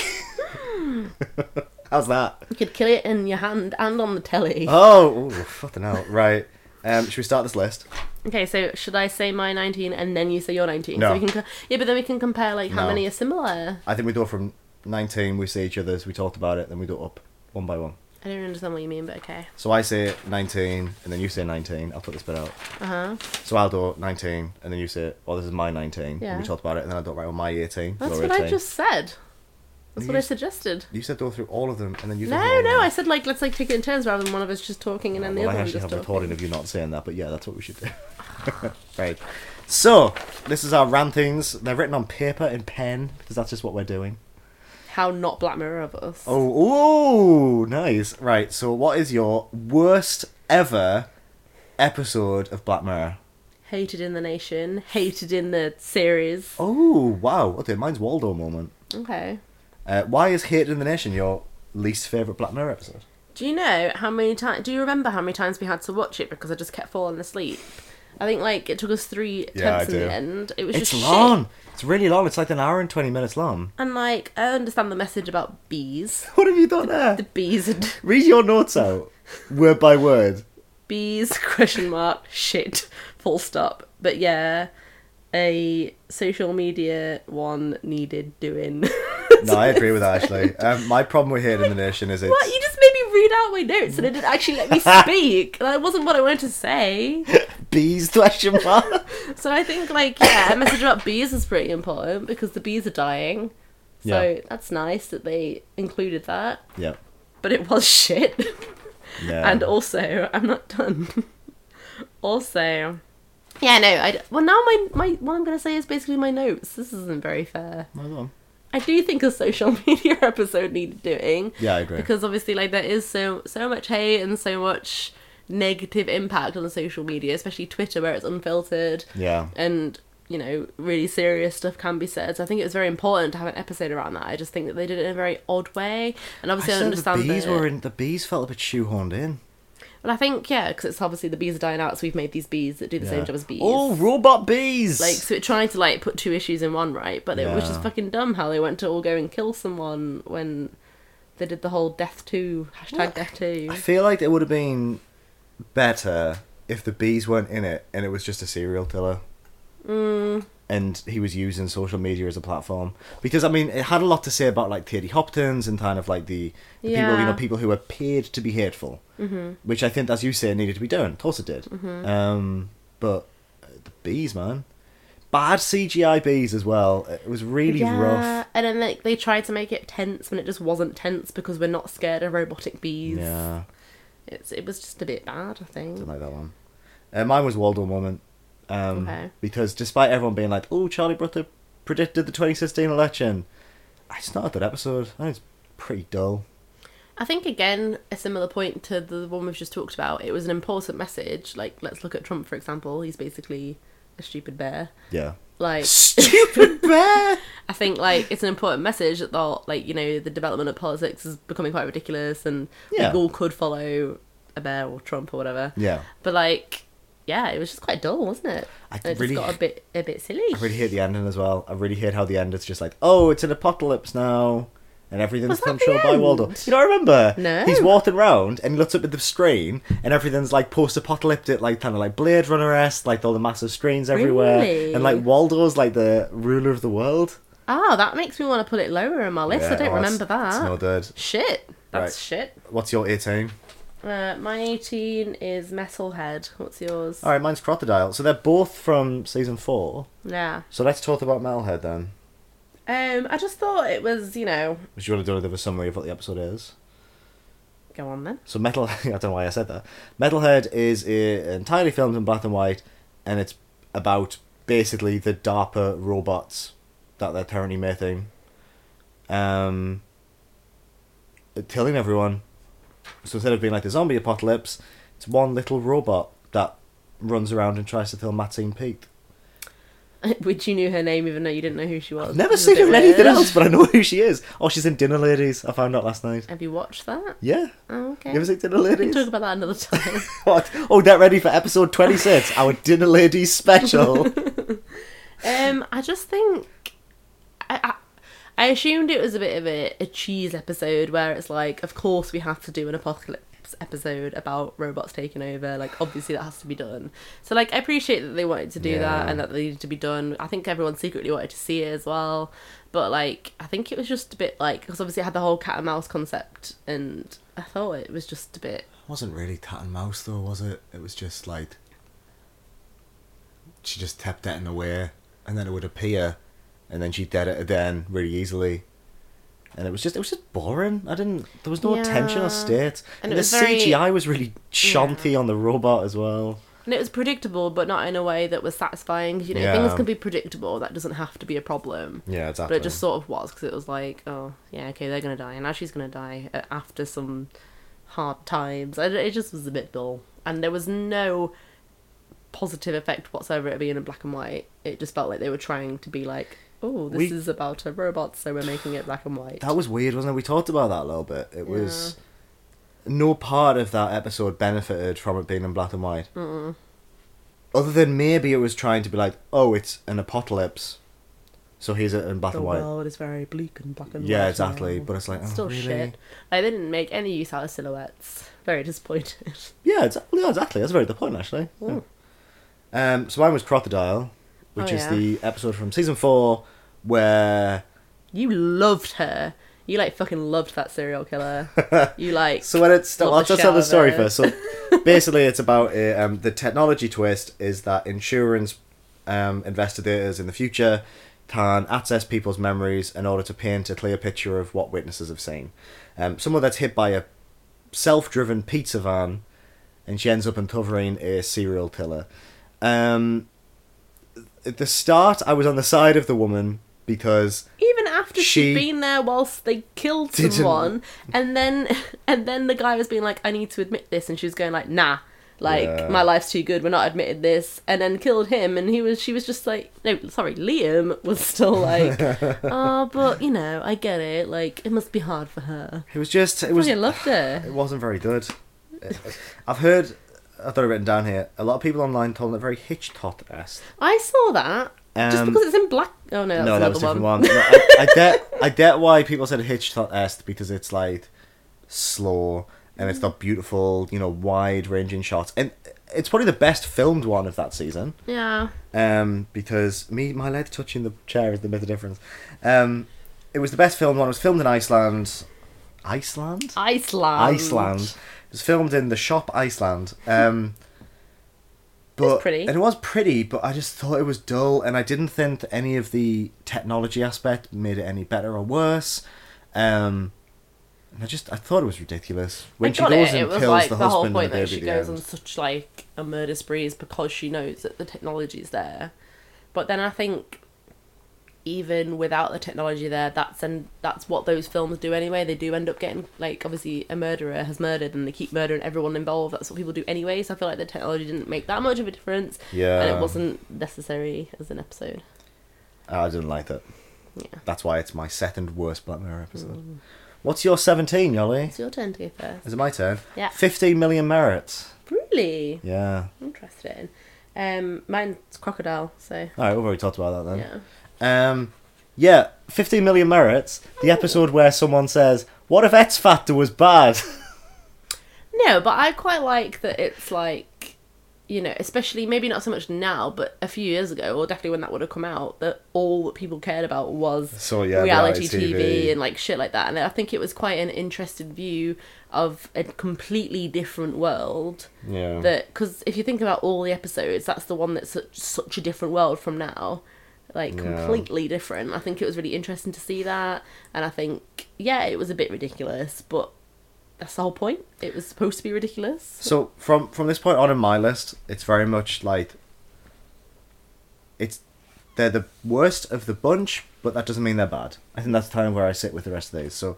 B: How's that?
A: You could kill it in your hand and on the telly.
B: Oh, ooh, fucking hell. Right. Um, should we start this list?
A: Okay, so should I say my 19 and then you say your 19?
B: No.
A: So we can co- yeah, but then we can compare like how
B: No.
A: many are similar.
B: I think we go from 19, we see each other's, we talked about it, then we go up one by one.
A: I don't understand what you mean, but okay.
B: So I say 19, and then you say 19. I'll put this bit out.
A: Uh huh.
B: So I'll do 19, and then you say, well, this is my 19.
A: Yeah.
B: And we talked about it, and then I'll do it right on "Oh, my 18.
A: That's
B: your
A: what I just said. That's
B: You
A: what I
B: just-
A: suggested.
B: You said go through all of them, and then you
A: No,
B: did all of
A: no,
B: them.
A: I said like let's like take it in turns rather than one of us just talking and then the
B: well,
A: other
B: I
A: one
B: actually
A: just
B: have a
A: talking.
B: recording of you not saying that, but yeah, that's what we should do. right. So, this is our rantings. They're written on paper and pen, because that's just what we're doing.
A: How not Black Mirror of us.
B: Oh, ooh, nice. Right, so what is your worst ever episode of Black Mirror?
A: Hated in the nation, hated in the series.
B: Oh, wow. Okay, mine's Waldo moment.
A: Okay.
B: Uh, why is Hated in the Nation your least favourite Black Mirror episode?
A: Do you know how many times? Do you remember how many times we had to watch it because I just kept falling asleep? I think like it took us three
B: Yeah, I
A: attempts in
B: do.
A: the end. It was
B: It's
A: just shit.
B: long. It's really long. It's like an hour and 20 minutes long.
A: And like, I understand the message about bees.
B: What have you done there?
A: The bees and
B: Read your notes out, word by word.
A: bees question mark shit full stop. But yeah, a social media one needed doing.
B: No, I agree with that actually. Um, my problem with Hate in the Nation is it's
A: What you just made me read out my notes and it didn't actually let me speak. that wasn't what I wanted to say.
B: bees question mark.
A: So I think like yeah, a message about bees is pretty important because the bees are dying. So
B: Yeah.
A: that's nice that they included that.
B: yeah,
A: But it was shit.
B: yeah.
A: And also, I'm not done. also, yeah, no, I d- well now my my what I'm gonna say is basically my notes. This isn't very fair.
B: Well done.
A: I do think a social media episode needed doing
B: yeah, I agree.
A: because obviously, like there is so so much hate and so much negative impact on social media, especially Twitter where it's unfiltered
B: yeah,
A: and you know, really serious stuff can be said. So I think it was very important to have an episode around that. I just think that they did it in a very odd way, and obviously I,
B: said
A: understand
B: the bees
A: that.
B: were in. The bees felt a bit shoehorned in.
A: But I think yeah, because it's obviously the bees are dying out, so we've made these bees that do the
B: Yeah.
A: same job as bees.
B: Oh, robot bees!
A: Like so, it tried to like put two issues in one, right? But it was
B: Yeah.
A: just fucking dumb how they went to all go and kill someone when they did the whole death two hashtag death two.
B: I feel like it would have been better if the bees weren't in it and it was just a serial killer. Mm. And he was using social media as a platform because I mean it had a lot to say about like Thierry Hopkins and kind of like the, the people you know
A: Yeah.
B: people who appeared to be hateful, mm-hmm. which I think as you say needed to be done. Of course it did. Um, but uh, the bees, man, bad CGI bees as well. It was really rough.
A: and then like they tried to make it tense when it just wasn't tense because we're not scared of robotic bees.
B: Yeah,
A: It's it was just a bit bad, I think.
B: didn't like that one. Uh, mine was Waldo Moment. Um,
A: Okay.
B: Because despite everyone being like, oh, Charlie Brother predicted the 2016 election, it's not a good episode. I think it's pretty dull.
A: I think again a similar point to the one we've just talked about. It was an important message. Like let's look at Trump for example. He's basically a stupid bear.
B: Yeah.
A: Like
B: Stupid bear!
A: I think like it's an important message that the like you know the development of politics is becoming quite ridiculous and
B: Yeah.
A: we all could follow a bear or Trump or whatever.
B: Yeah.
A: But like yeah, it was just quite dull, wasn't it?
B: I
A: And it
B: really-
A: just got a bit a bit silly.
B: I really hate the ending as well. I really hate how the end is just like, oh, it's an apocalypse now. And everything's
A: Was that the
B: controlled by Waldo.
A: end?
B: You don't remember?
A: No.
B: He's walking round and he looks up at the screen and everything's like post-apocalyptic, like kind of like Blade Runner esque, like all the massive screens everywhere,
A: Really?
B: and like Waldo's like the ruler of the world.
A: Ah, that makes me want to put it lower in my list. I
B: Yeah,
A: don't
B: oh, it's-
A: remember that.
B: It's no good.
A: Shit. That's shit.
B: What's your 18?
A: Uh, my 18 is Metalhead. What's yours?
B: All right, mine's Crocodile. So they're both from season four.
A: Yeah.
B: So let's talk about Metalhead then.
A: Um, I just thought it was, you know,
B: Would you want to do a bit of a summary of what the episode is?
A: go on then.
B: So metal, I don't know why I said that. Metalhead is uh, entirely filmed in black and white, and it's about basically the DARPA robots that they're currently making, um, killing everyone. So instead of being like the zombie apocalypse, it's one little robot that runs around and tries to kill Maxine Pete.
A: Which you knew her name even though you didn't know who she was.
B: Never
A: It's a
B: seen her
A: bit
B: in anything
A: weird.
B: else, but I know who she is. Oh, she's in Dinner Ladies. I found out last night.
A: Have you watched that?
B: Yeah.
A: Oh, okay.
B: You ever seen Dinner
A: we can
B: Ladies?
A: talk about that another time.
B: What? Oh, get ready for episode 26, our Dinner Ladies special.
A: um, I just think I, I I assumed it was a bit of a, a cheese episode where it's like, of course we have to do an apocalypse episode about robots taking over. Like, obviously that has to be done. So like, I appreciate that they wanted to do that
B: Yeah.
A: and that they needed to be done. I think everyone secretly wanted to see it as well. But like, I think it was just a bit like because obviously it had the whole cat and mouse concept, and I thought it was just a bit
B: wasn't really cat and mouse, though, was it? It was just like. She just tapped that in the way, and then it would appear, and then she did it again really easily. And it was just it was just boring. I didn't there was no tension
A: Yeah.
B: or state.
A: And
B: And,
A: it
B: the
A: was very-
B: CGI was really shanty on the robot as well.
A: And it was predictable, but not in a way that was satisfying. You know,
B: Yeah.
A: things can be predictable. That doesn't have to be a problem.
B: Yeah,
A: But
B: exactly.
A: it just sort of was because it was like, oh yeah, okay, they're gonna die, and now she's gonna die uh, after some hard times. I d it just was a bit dull, and there was no positive effect whatsoever at being in black and white. It just felt like they were trying to be like, oh, this
B: We-
A: is about a robot, so we're making it black and white.
B: That was weird, wasn't it? We talked about that a little bit. It was no part of that episode benefited from it being in black and white. mm Other than maybe it was trying to be like, oh, it's an apocalypse, so here's it in black
A: the
B: and white.
A: world is very bleak and black and white.
B: yeah, exactly.
A: now.
B: But it's like, oh,
A: Still
B: really?
A: shit. Like, they didn't make any use out of silhouettes. Very disappointed.
B: Yeah, exactly. Yeah, exactly. That's a very good point, actually.
A: Mm.
B: Yeah. Um, so mine was Crocodile, which
A: Oh,
B: is
A: yeah.
B: the episode from season four where
A: You loved her. You like fucking loved that serial killer. you like
B: So when it's
A: Not
B: I'll
A: the
B: just tell the story
A: shower.
B: first. So basically, it's about uh, um, the technology twist is that insurance um, investigators in the future can access people's memories in order to paint a clear picture of what witnesses have seen. Um, someone that's hit by a self-driven pizza van, and she ends up uncovering a serial killer. Um, at the start, I was on the side of the woman because
A: even after she
B: She
A: had been there whilst they killed
B: didn't-
A: someone, and then and then the guy was being like, "I need to admit this," and she was going like, "Nah." like
B: Yeah.
A: my life's too good we're not admitting this and then killed him and he was she was just like no sorry liam was still like oh but you know i get it like it must be hard for her
B: It was just it
A: i
B: was
A: fucking loved her
B: It wasn't very good. I've heard, I've got it written down here. A lot of people online told it very Hitchcock esque.
A: i saw that just
B: Um,
A: because it's in black oh no that's
B: No, that
A: another
B: was a
A: one,
B: different one. No, I, I get, I get why people said Hitchcock esque because it's like slow and it's got beautiful, you know, wide ranging shots, and it's probably the best filmed one of that season.
A: yeah
B: Um, because me, my leg touching the chair is the bit of difference. Um, it was the best filmed one. It was filmed in Iceland. Iceland.
A: iceland
B: Iceland. It was filmed in the shop Iceland. Um, but
A: was pretty.
B: And it was pretty, but I just thought it was dull, and I didn't think any of the technology aspect made it any better or worse. Um, and I just I thought it was ridiculous when
A: I
B: she
A: got
B: goes
A: it.
B: and
A: it was
B: kills
A: like
B: the,
A: the,
B: husband
A: whole
B: and
A: point
B: the baby
A: that she
B: at the
A: goes on
B: end.
A: such like a murder spree is because she knows that the technology's there. But then I think even without the technology there, that's and that's what those films do anyway. They do end up getting like obviously a murderer has murdered and they keep murdering everyone involved. That's what people do anyway. So I feel like the technology didn't make that much of a difference. And
B: Yeah.
A: it wasn't necessary as an episode.
B: Ah, I didn't like that.
A: Yeah.
B: That's why it's my second worst Black Mirror episode. What's your seventeen, Yoli?
A: It's your turn to go first.
B: Is it my turn?
A: Yeah.
B: Fifteen million merits.
A: Really
B: Yeah.
A: interesting. Um, mine's crocodile. So
B: All right, we've already talked about that then.
A: yeah.
B: Um, yeah, 15 million merits. The episode where someone says, "What if X Factor was bad?"
A: No, but I quite like that it's like, you know, especially maybe not so much now, but a few years ago, or definitely when that would have come out, that all that people cared about was
B: So, yeah,
A: reality,
B: reality
A: TV,
B: TV.
A: and like shit like that. And I think it was quite an interested view of a completely different world.
B: Yeah.
A: That because if you think about all the episodes, that's the one that's such, such a different world from now, like
B: Yeah.
A: completely different. I think it was really interesting to see that, and I think yeah, it was a bit ridiculous, but that's the whole point. It was supposed to be ridiculous.
B: so from from this point on in my list, it's very much like it's they're the worst of the bunch, but that doesn't mean they're bad. I think that's kind of where I sit with the rest of these. So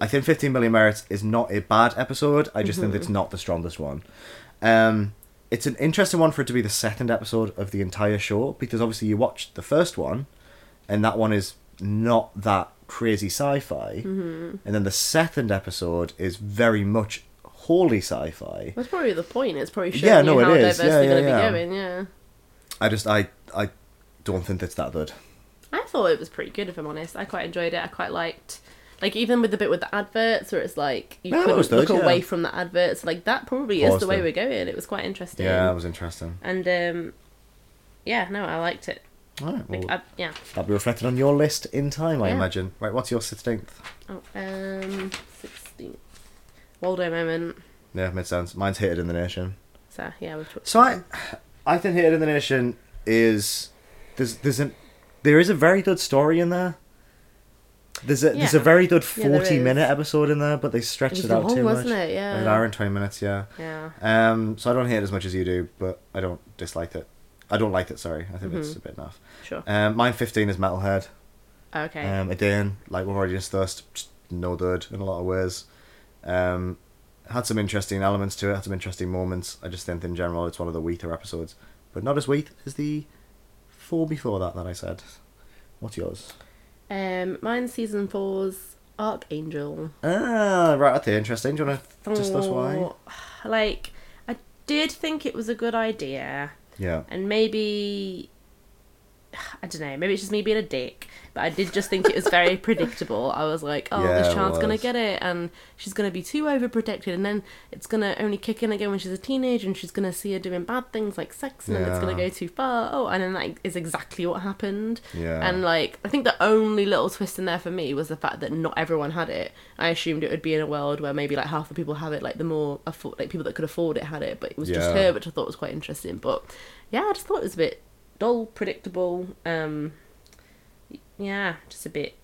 B: I think 15 million merits is not a bad episode. I just think it's not the strongest one. Um, it's an interesting one for it to be the second episode of the entire show because obviously you watched the first one, and that one is not that crazy sci-fi, and then the second episode is very much wholly sci-fi.
A: That's probably the point. It's probably showing
B: Yeah, no,
A: you
B: it
A: how diverse
B: is. Yeah,
A: they're going to
B: yeah, yeah.
A: be going. Yeah,
B: I just I I don't think it's that good.
A: I thought it was pretty good. If I'm honest, I quite enjoyed it. I quite liked. Like even with the bit with the adverts, where it's like you
B: No, that
A: couldn't
B: was
A: look
B: good, yeah.
A: away from the adverts, like that probably is
B: Paused
A: the way
B: it.
A: we're going. It was quite interesting.
B: Yeah, that was interesting.
A: and um yeah no i liked it
B: All right, well,
A: like, I, yeah
B: that'll be reflected on your list in time, I
A: Yeah.
B: imagine. Right, what's your sixteenth?
A: oh, um 16 waldo moment
B: Yeah, makes sense. Mine's hated in the nation.
A: so yeah we've talked
B: So I, I think hated in the nation is there's there's an there is a very good story in there. There's a there's a
A: Yeah.
B: very good
A: Yeah, there
B: forty minute
A: is.
B: episode in there, but they stretched
A: It
B: it,
A: was
B: out
A: long,
B: too
A: wasn't
B: much.
A: it? Yeah.
B: an hour and twenty minutes. Yeah.
A: yeah
B: Um, so I don't hate it as much as you do, but I don't dislike it. I don't like it. Sorry, I think
A: Mm-hmm.
B: it's a bit naff.
A: sure
B: Um, mine fifteen is Metalhead.
A: okay
B: Um, again, like we've already discussed, just no good in a lot of ways. Um, had some interesting elements to it, had some interesting moments. I just think in general it's one of the weaker episodes, but not as weak as the four before that that I said. What's yours?
A: um mine's season four's archangel
B: Ah, right, okay, interesting. Do you want to discuss why?
A: Thought- Oh, like i did think it was a good idea
B: Yeah.
A: and maybe I don't know. Maybe it's just me being a dick, but I did just think it was very predictable. I was like, "Oh,
B: Yeah,
A: this
B: it
A: child's gonna
B: was.
A: get it, and she's gonna be too overprotected, and then it's gonna only kick in again when she's a teenager, and she's gonna see her doing bad things like sex, and then it's gonna
B: Yeah.
A: go too far." Oh, and then that is exactly what happened.
B: Yeah.
A: And like, I think the only little twist in there for me was the fact that not everyone had it. I assumed it would be in a world where maybe like half the people have it, like the more afford- like people that could afford it had it, but it was just
B: Yeah.
A: her, which I thought was quite interesting. But yeah, I just thought it was a bit dull, predictable. Um, yeah, just a bit,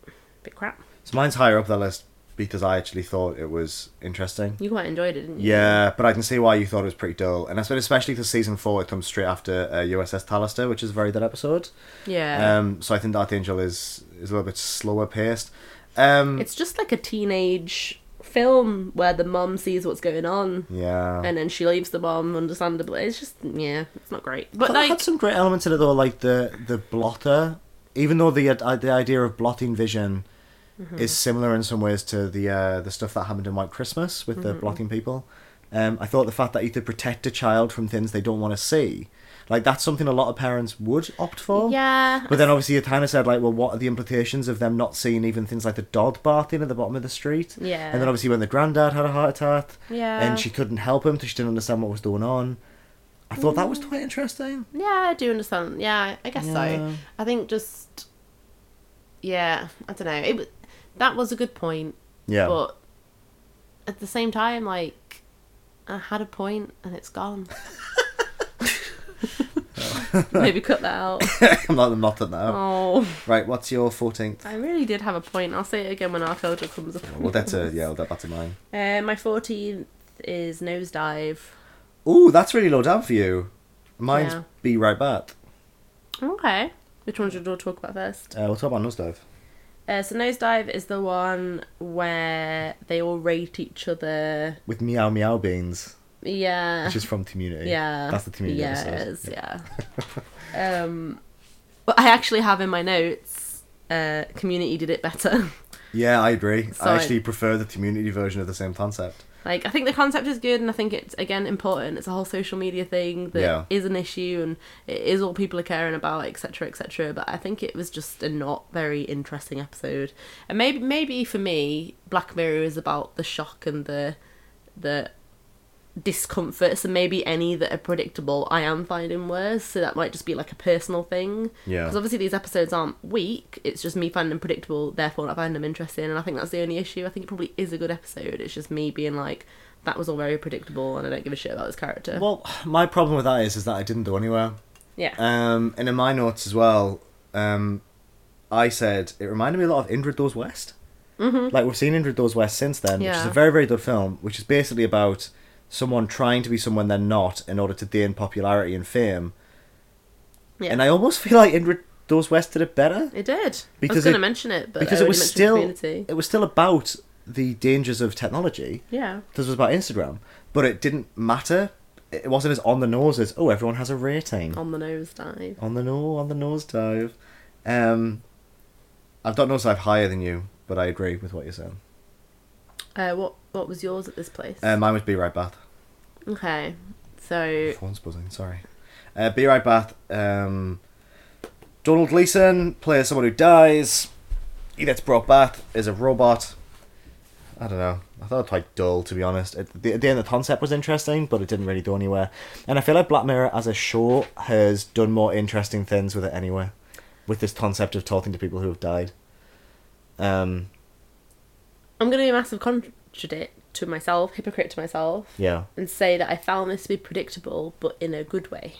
A: bit crap.
B: So mine's higher up the list because I actually thought it was interesting.
A: You quite enjoyed it, didn't you?
B: Yeah, but I can see why you thought it was pretty dull, and I suppose especially because season four it comes straight after uh, USS Callister, which is a very good episode.
A: yeah.
B: Um, so I think Dark Angel is is a little bit slower paced. Um,
A: it's just like a teenage film where the mum sees what's going on
B: Yeah.
A: and then she leaves the mum, understandably. It's just, yeah, it's not great.
B: But
A: But,
B: I
A: like,
B: had some great elements in it though, like the the blotter. Even though the uh, the idea of blotting vision
A: Mm-hmm.
B: is similar in some ways to the uh, the stuff that happened in White Christmas with the
A: Mm-hmm.
B: blotting people, um, I thought the fact that you could protect a child from things they don't want to see, like that's something a lot of parents would opt for.
A: yeah.
B: But then obviously you kind of said like, well, what are the implications of them not seeing even things like the dog barking at the bottom of the street?
A: Yeah.
B: And then obviously when the granddad had a heart attack,
A: Yeah.
B: and she couldn't help him because she didn't understand what was going on. I thought that was
A: Mm.
B: quite interesting.
A: Yeah, I do understand. Yeah, I guess
B: Yeah.
A: so. I think just, yeah, I don't know. It w- that was a good point,
B: Yeah.
A: but at the same time, like I had a point and it's gone. Maybe cut that out.
B: I'm not, I'm not done that. out.
A: Oh,
B: Right, what's your 14th?
A: I really did have a point. I'll say it again when our filter comes up.
B: Well, that's a, yeah, that, that's a mine.
A: Uh, my fourteenth is nosedive.
B: Ooh, that's really low down for you. Mine's
A: Yeah.
B: Be Right Back.
A: Okay, which one should we talk about first?
B: Uh, we'll talk about Nosedive.
A: Uh, so nosedive is the one where they all rate each other.
B: With Meow Meow Beans,
A: Yeah.
B: which is from Community.
A: yeah.
B: That's the Community
A: yeah,
B: episode.
A: It is, yeah. um, but I actually have in my notes. Uh, community did it better.
B: Yeah, I agree.
A: So
B: I
A: I-
B: actually prefer the Community version of the same concept.
A: like I think the concept is good, and I think it's again important. It's a whole social media thing that is
B: Yeah.
A: an issue, and it is all people are caring about, etc., etc. But I think it was just a not very interesting episode, and maybe maybe for me, Black Mirror is about the shock and the the discomforts, and maybe any that are predictable. I am finding worse, so that might just be like a personal thing.
B: Yeah.
A: Because obviously these episodes aren't weak. It's just me finding them predictable, therefore not finding them interesting. And I think that's the only issue. I think it probably is a good episode. It's just me being like, that was all very predictable, and I don't give a shit about this character.
B: Well, my problem with that is, is that I didn't go anywhere.
A: yeah.
B: Um, and in my notes as well, um, I said it reminded me a lot of Indra Does West. Mm-hmm. Like we've seen Indra Does West since then, which is
A: Yeah.
B: a very very good film, which is basically about someone trying to be someone they're not in order to gain popularity and fame.
A: yeah.
B: And I almost feel like Indra Does West did it better
A: it did. I
B: because
A: was going
B: it-
A: to mention it, but
B: because
A: I
B: it
A: already
B: was
A: mentioned
B: still
A: Community.
B: it was still about the dangers of technology.
A: Yeah.
B: This was about Instagram, but it didn't matter. It wasn't as on the nose as oh everyone has a rating.
A: On the nose dive.
B: On the no, on the nose dive. Um, I've got nose dive higher than you, but I agree with what you're saying.
A: Uh, what What was yours at this place?
B: Uh, mine was Be Right Bath.
A: okay. So
B: Phone's buzzing. Sorry. Uh, Be Right Bath. Um, Donald Gleason plays someone who dies. He gets brought back as a robot. I don't know. I thought it was quite dull, to be honest. At the, at the end, the concept was interesting, but it didn't really go anywhere. And I feel like Black Mirror, as a show, has done more interesting things with it anyway, with this concept of talking to people who have died. Um.
A: I'm going to be a massive contradict to myself, hypocrite to myself,
B: Yeah.
A: and say that I found this to be predictable, but in a good way.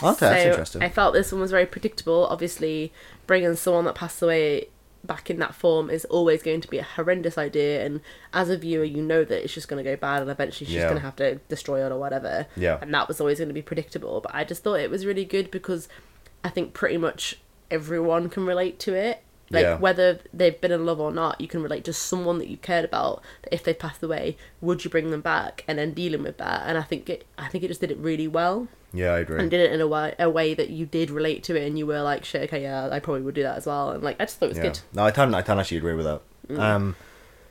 B: Oh, Okay, that's
A: So
B: interesting.
A: I felt this one was very predictable. Obviously, bringing someone that passed away back in that form is always going to be a horrendous idea, and as a viewer, you know that it's just going to go bad, and eventually she's
B: Yeah.
A: going to have to destroy it or whatever.
B: Yeah.
A: And that was always going to be predictable. But I just thought it was really good because I think pretty much everyone can relate to it. Like
B: Yeah.
A: whether they've been in love or not, you can relate to someone that you cared about. That if they passed away, would you bring them back? And then dealing with that, and I think it, I think it just did it really well
B: yeah, I agree.
A: and did it in a way, a way that you did relate to it and you were like shit okay yeah i probably would do that as well and like i just thought it was
B: yeah.
A: good Mm.
B: No, I can't. I can't actually agree with that. Um,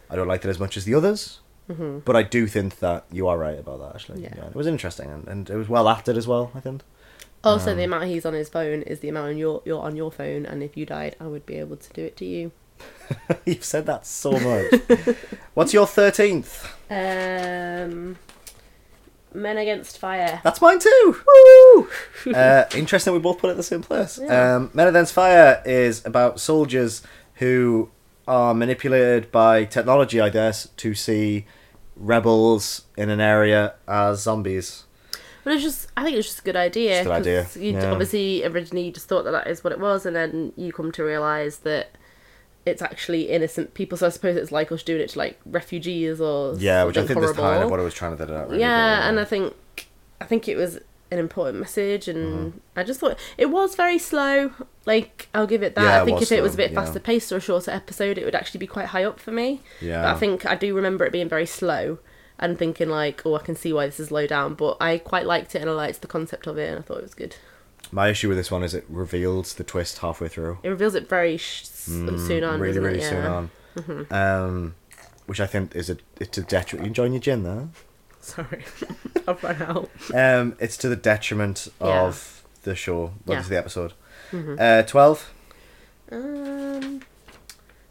B: I don't like it as much as the others, but I do think that you are right about that. Actually,
A: Mm-hmm. Yeah.
B: it was interesting and, and it was well acted as well. I think.
A: also
B: Um,
A: the amount he's on his phone is the amount on your you're on your phone and if you died i would be able to do it to you
B: You've said that so much. What's your thirteenth?
A: um men against fire
B: That's mine too. Woo! uh, interesting. We both put it at the same place.
A: Yeah.
B: Um, Men of Then's Fire is about soldiers who are manipulated by technology, I guess, to see rebels in an area as zombies.
A: but it's just i think it's just a good idea
B: It's a good
A: 'cause
B: idea,
A: you d-
B: yeah.
A: obviously originally you just thought that that is what it was and then you come to realize that it's actually innocent people so i suppose it's like us doing it to like refugees or
B: Yeah, which I
A: something
B: think this
A: horrible.
B: kind of what I was trying to do.
A: yeah and i think i think it was a an important message, and
B: Mm-hmm.
A: I just thought it was very slow. Like I'll give it that.
B: Yeah,
A: I
B: it
A: think
B: was
A: if it was a
B: slow,
A: bit
B: yeah.
A: faster paced or a shorter episode, it would actually be quite high up for me.
B: Yeah.
A: But I think I do remember it being very slow and thinking like, oh, I can see why this is low down. But I quite liked it and I liked the concept of it and I thought it was good.
B: My issue with this one is it reveals the twist halfway through.
A: It reveals it very sh- s- soon on.
B: Mm, really,
A: doesn't it?
B: really
A: yeah. Mm-hmm.
B: soon on. Um, which I think is a it's a detriment. You enjoying your gin there?
A: Sorry, I've run out.
B: Um, it's to the detriment
A: Yeah.
B: of the show, well,
A: Yeah. Mm-hmm.
B: the episode. Uh, twelve.
A: Um,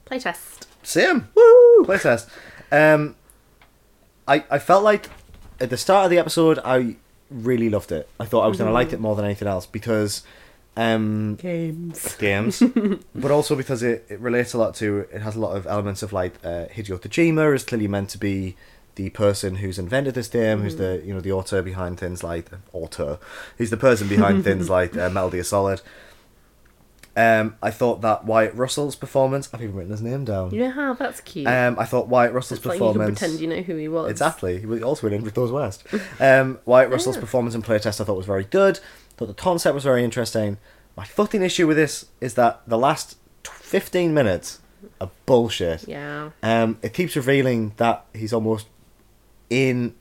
A: playtest.
B: Same. Woo! Playtest. Um, I I felt like at the start of the episode I really loved it. I thought I was
A: Mm-hmm.
B: gonna like it more than anything else because um
A: Games.
B: games, but also because it, it relates a lot to it has a lot of elements of like uh, Hideo Kojima is clearly meant to be the person who's invented this game, who's the
A: Mm.
B: you know the author behind things like author, who's the person behind things like uh, Metal Gear Solid. Um, I thought that Wyatt Russell's performance. I've even written his name down.
A: Yeah, that's cute.
B: Um, I thought Wyatt Russell's
A: it's like you can
B: performance.
A: pretend you know who he was.
B: Exactly. He was also in with those West. Um, Wyatt Russell's performance in playtest I thought was very good. Thought the concept was very interesting. My fucking issue with this is that the last t- fifteen minutes are bullshit.
A: Yeah.
B: Um, it keeps revealing that he's almost in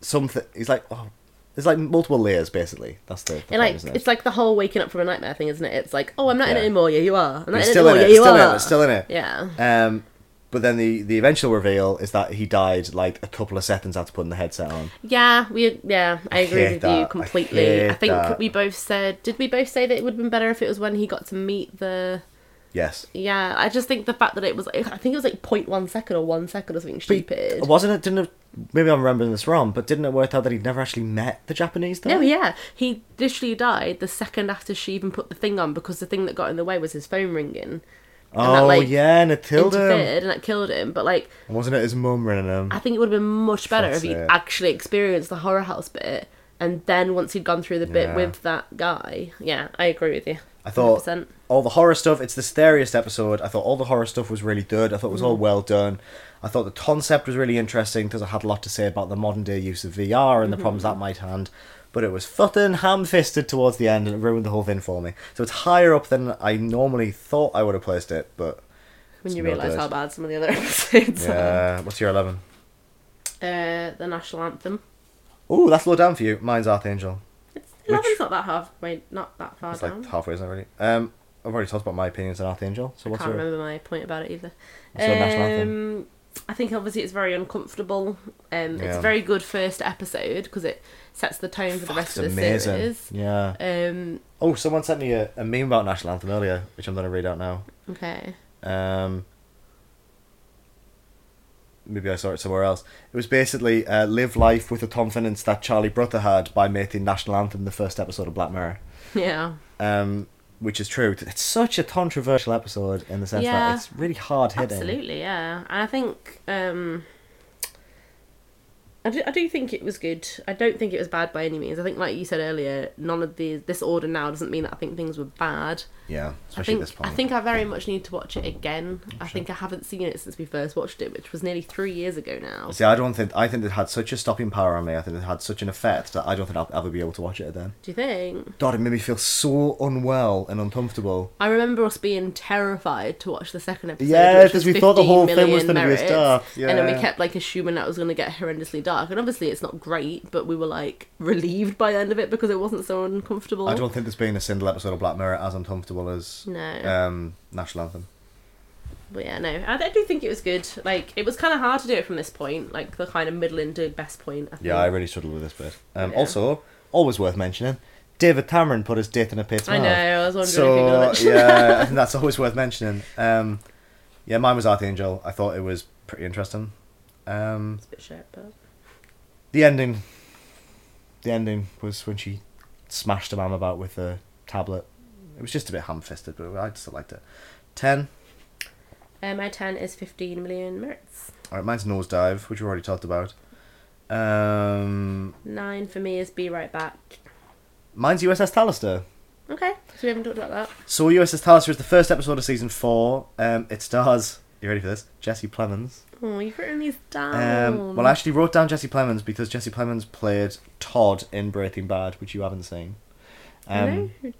B: something. He's like, oh, there's like multiple layers basically. That's the. the
A: It
B: point,
A: like
B: isn't it?
A: it's like the whole waking up from a nightmare thing, isn't it? It's like, oh, I'm not in it
B: Yeah.
A: anymore. Yeah, you are. I'm not
B: It's
A: in it
B: still
A: anymore.
B: in it,
A: Yeah,
B: it's
A: you
B: still in it,
A: are.
B: it's still in it.
A: Yeah.
B: Um, but then the the eventual reveal is that he died like a couple of seconds after putting the headset on.
A: Yeah, we yeah, I agree
B: hate
A: with
B: that. I
A: you completely. I,
B: hate
A: think
B: that.
A: we both said did we both say that it would have been better if it was when he got to meet the
B: Yes.
A: yeah, I just think the fact that it was I think it was like 0.1 second or 1 second or something stupid.
B: Wasn't it? Didn't it, maybe I'm remembering this wrong, but didn't it work out that he'd never actually met the Japanese? Though?
A: No, yeah, he literally died the second after she even put the thing on because the thing that got in the way was his phone ringing.
B: Oh
A: that, like,
B: yeah, and it killed him.
A: interfered and that killed him, but like
B: And Wasn't it his mum running him?
A: I think it would have been much better
B: That's
A: if he'd
B: it.
A: actually experienced the horror house bit and then once he'd gone through the bit
B: Yeah.
A: with that guy. Yeah, I agree with you.
B: I thought
A: 100%.
B: all the horror stuff. It's the scariest episode. I thought all the horror stuff was really good. I thought it was all
A: Mm.
B: well done. I thought the concept was really interesting because I had a lot to say about the modern day use of VR and the problems
A: Mm-hmm.
B: that might hand. But it was fucking ham fisted towards the end and it ruined the whole thing for me. So it's higher up than I normally thought I would have placed it. But
A: when you
B: It's not
A: realise
B: good.
A: how bad some of the other episodes
B: yeah, what's your eleven?
A: are. Uh, the national anthem.
B: Oh, that's low down for you. Mine's Archangel.
A: It's
B: Which-
A: eleven's not that half. Wait, not that far
B: It's
A: down.
B: like halfway, isn't it? Really. Um, I've already talked about my opinions on Archangel. So
A: I
B: what's
A: can't
B: your?
A: remember my point about it either.
B: What's your national anthem?
A: Um, I think obviously it's very uncomfortable. Um, It's
B: Yeah.
A: a very good first episode because it sets the tone for the rest
B: It's
A: of the
B: amazing.
A: series.
B: Yeah.
A: Um,
B: Oh, someone sent me a, a meme about National Anthem earlier, which I'm going to read out now.
A: okay.
B: Um, maybe I saw it somewhere else. It was basically uh, live life with the confidence that Charlie Brother had by making National Anthem the first episode of Black Mirror,
A: Yeah.
B: um, which is true. It's such a controversial episode in the sense
A: Yeah.
B: that it's really hard hitting.
A: Absolutely, yeah. And I think um, I do. I do think it was good. I don't think it was bad by any means. I think, like you said earlier, none of the this order now doesn't mean that I think things were bad.
B: Yeah,
A: I
B: especially
A: think
B: at this point.
A: I think I very much need to watch it again. I think I haven't seen it since we first watched it, which was nearly three years ago now.
B: See, I don't think I think it had such a stopping power on me. I think it had such an effect that I don't think I'll ever be able to watch it again.
A: Do you think?
B: God, it made me feel so unwell and uncomfortable.
A: I remember us being terrified to watch the second episode.
B: Yeah,
A: which
B: 'cause
A: was
B: we thought the
A: 15
B: whole thing
A: million
B: was gonna be a
A: merits,
B: stuff,
A: And then
B: yeah.
A: we kept like assuming that it was going to get horrendously dark. And obviously, it's not great, but we were like relieved by the end of it because it wasn't so uncomfortable.
B: I don't think there's been a single episode of Black Mirror as uncomfortable as
A: No.
B: um, National Anthem.
A: But yeah, no, I, I do think it was good. Like, it was kind of hard to do it from this point, like the kind of middle into best point. I think.
B: Yeah, I really struggled with this bit. Um,
A: Yeah.
B: Also, always worth mentioning, David Cameron put his date in a pit's
A: I
B: mouth.
A: know, I was wondering if you were gonna
B: So,
A: mention
B: yeah, I think that's always worth mentioning. Um, yeah, mine was Archangel. I thought it was pretty interesting. Um,
A: It's a bit shit, but
B: the ending. The ending was when she smashed a man about with a tablet. It was just a bit ham fisted, but I still liked it. 10.
A: uh, my ten is fifteen million merits.
B: Alright, mine's Nosedive, which we already talked about. Um,
A: Nine for me is be right back.
B: mine's USS Callister.
A: Okay, so we haven't talked about that.
B: So USS Callister is the first episode of season four. Um, it stars You ready for this? Jesse Plemons.
A: Oh, you've written these down.
B: Um, well, I actually wrote down Jesse Plemons because Jesse Plemons played Todd in Breaking Bad, which you haven't seen. Um,
A: I know who-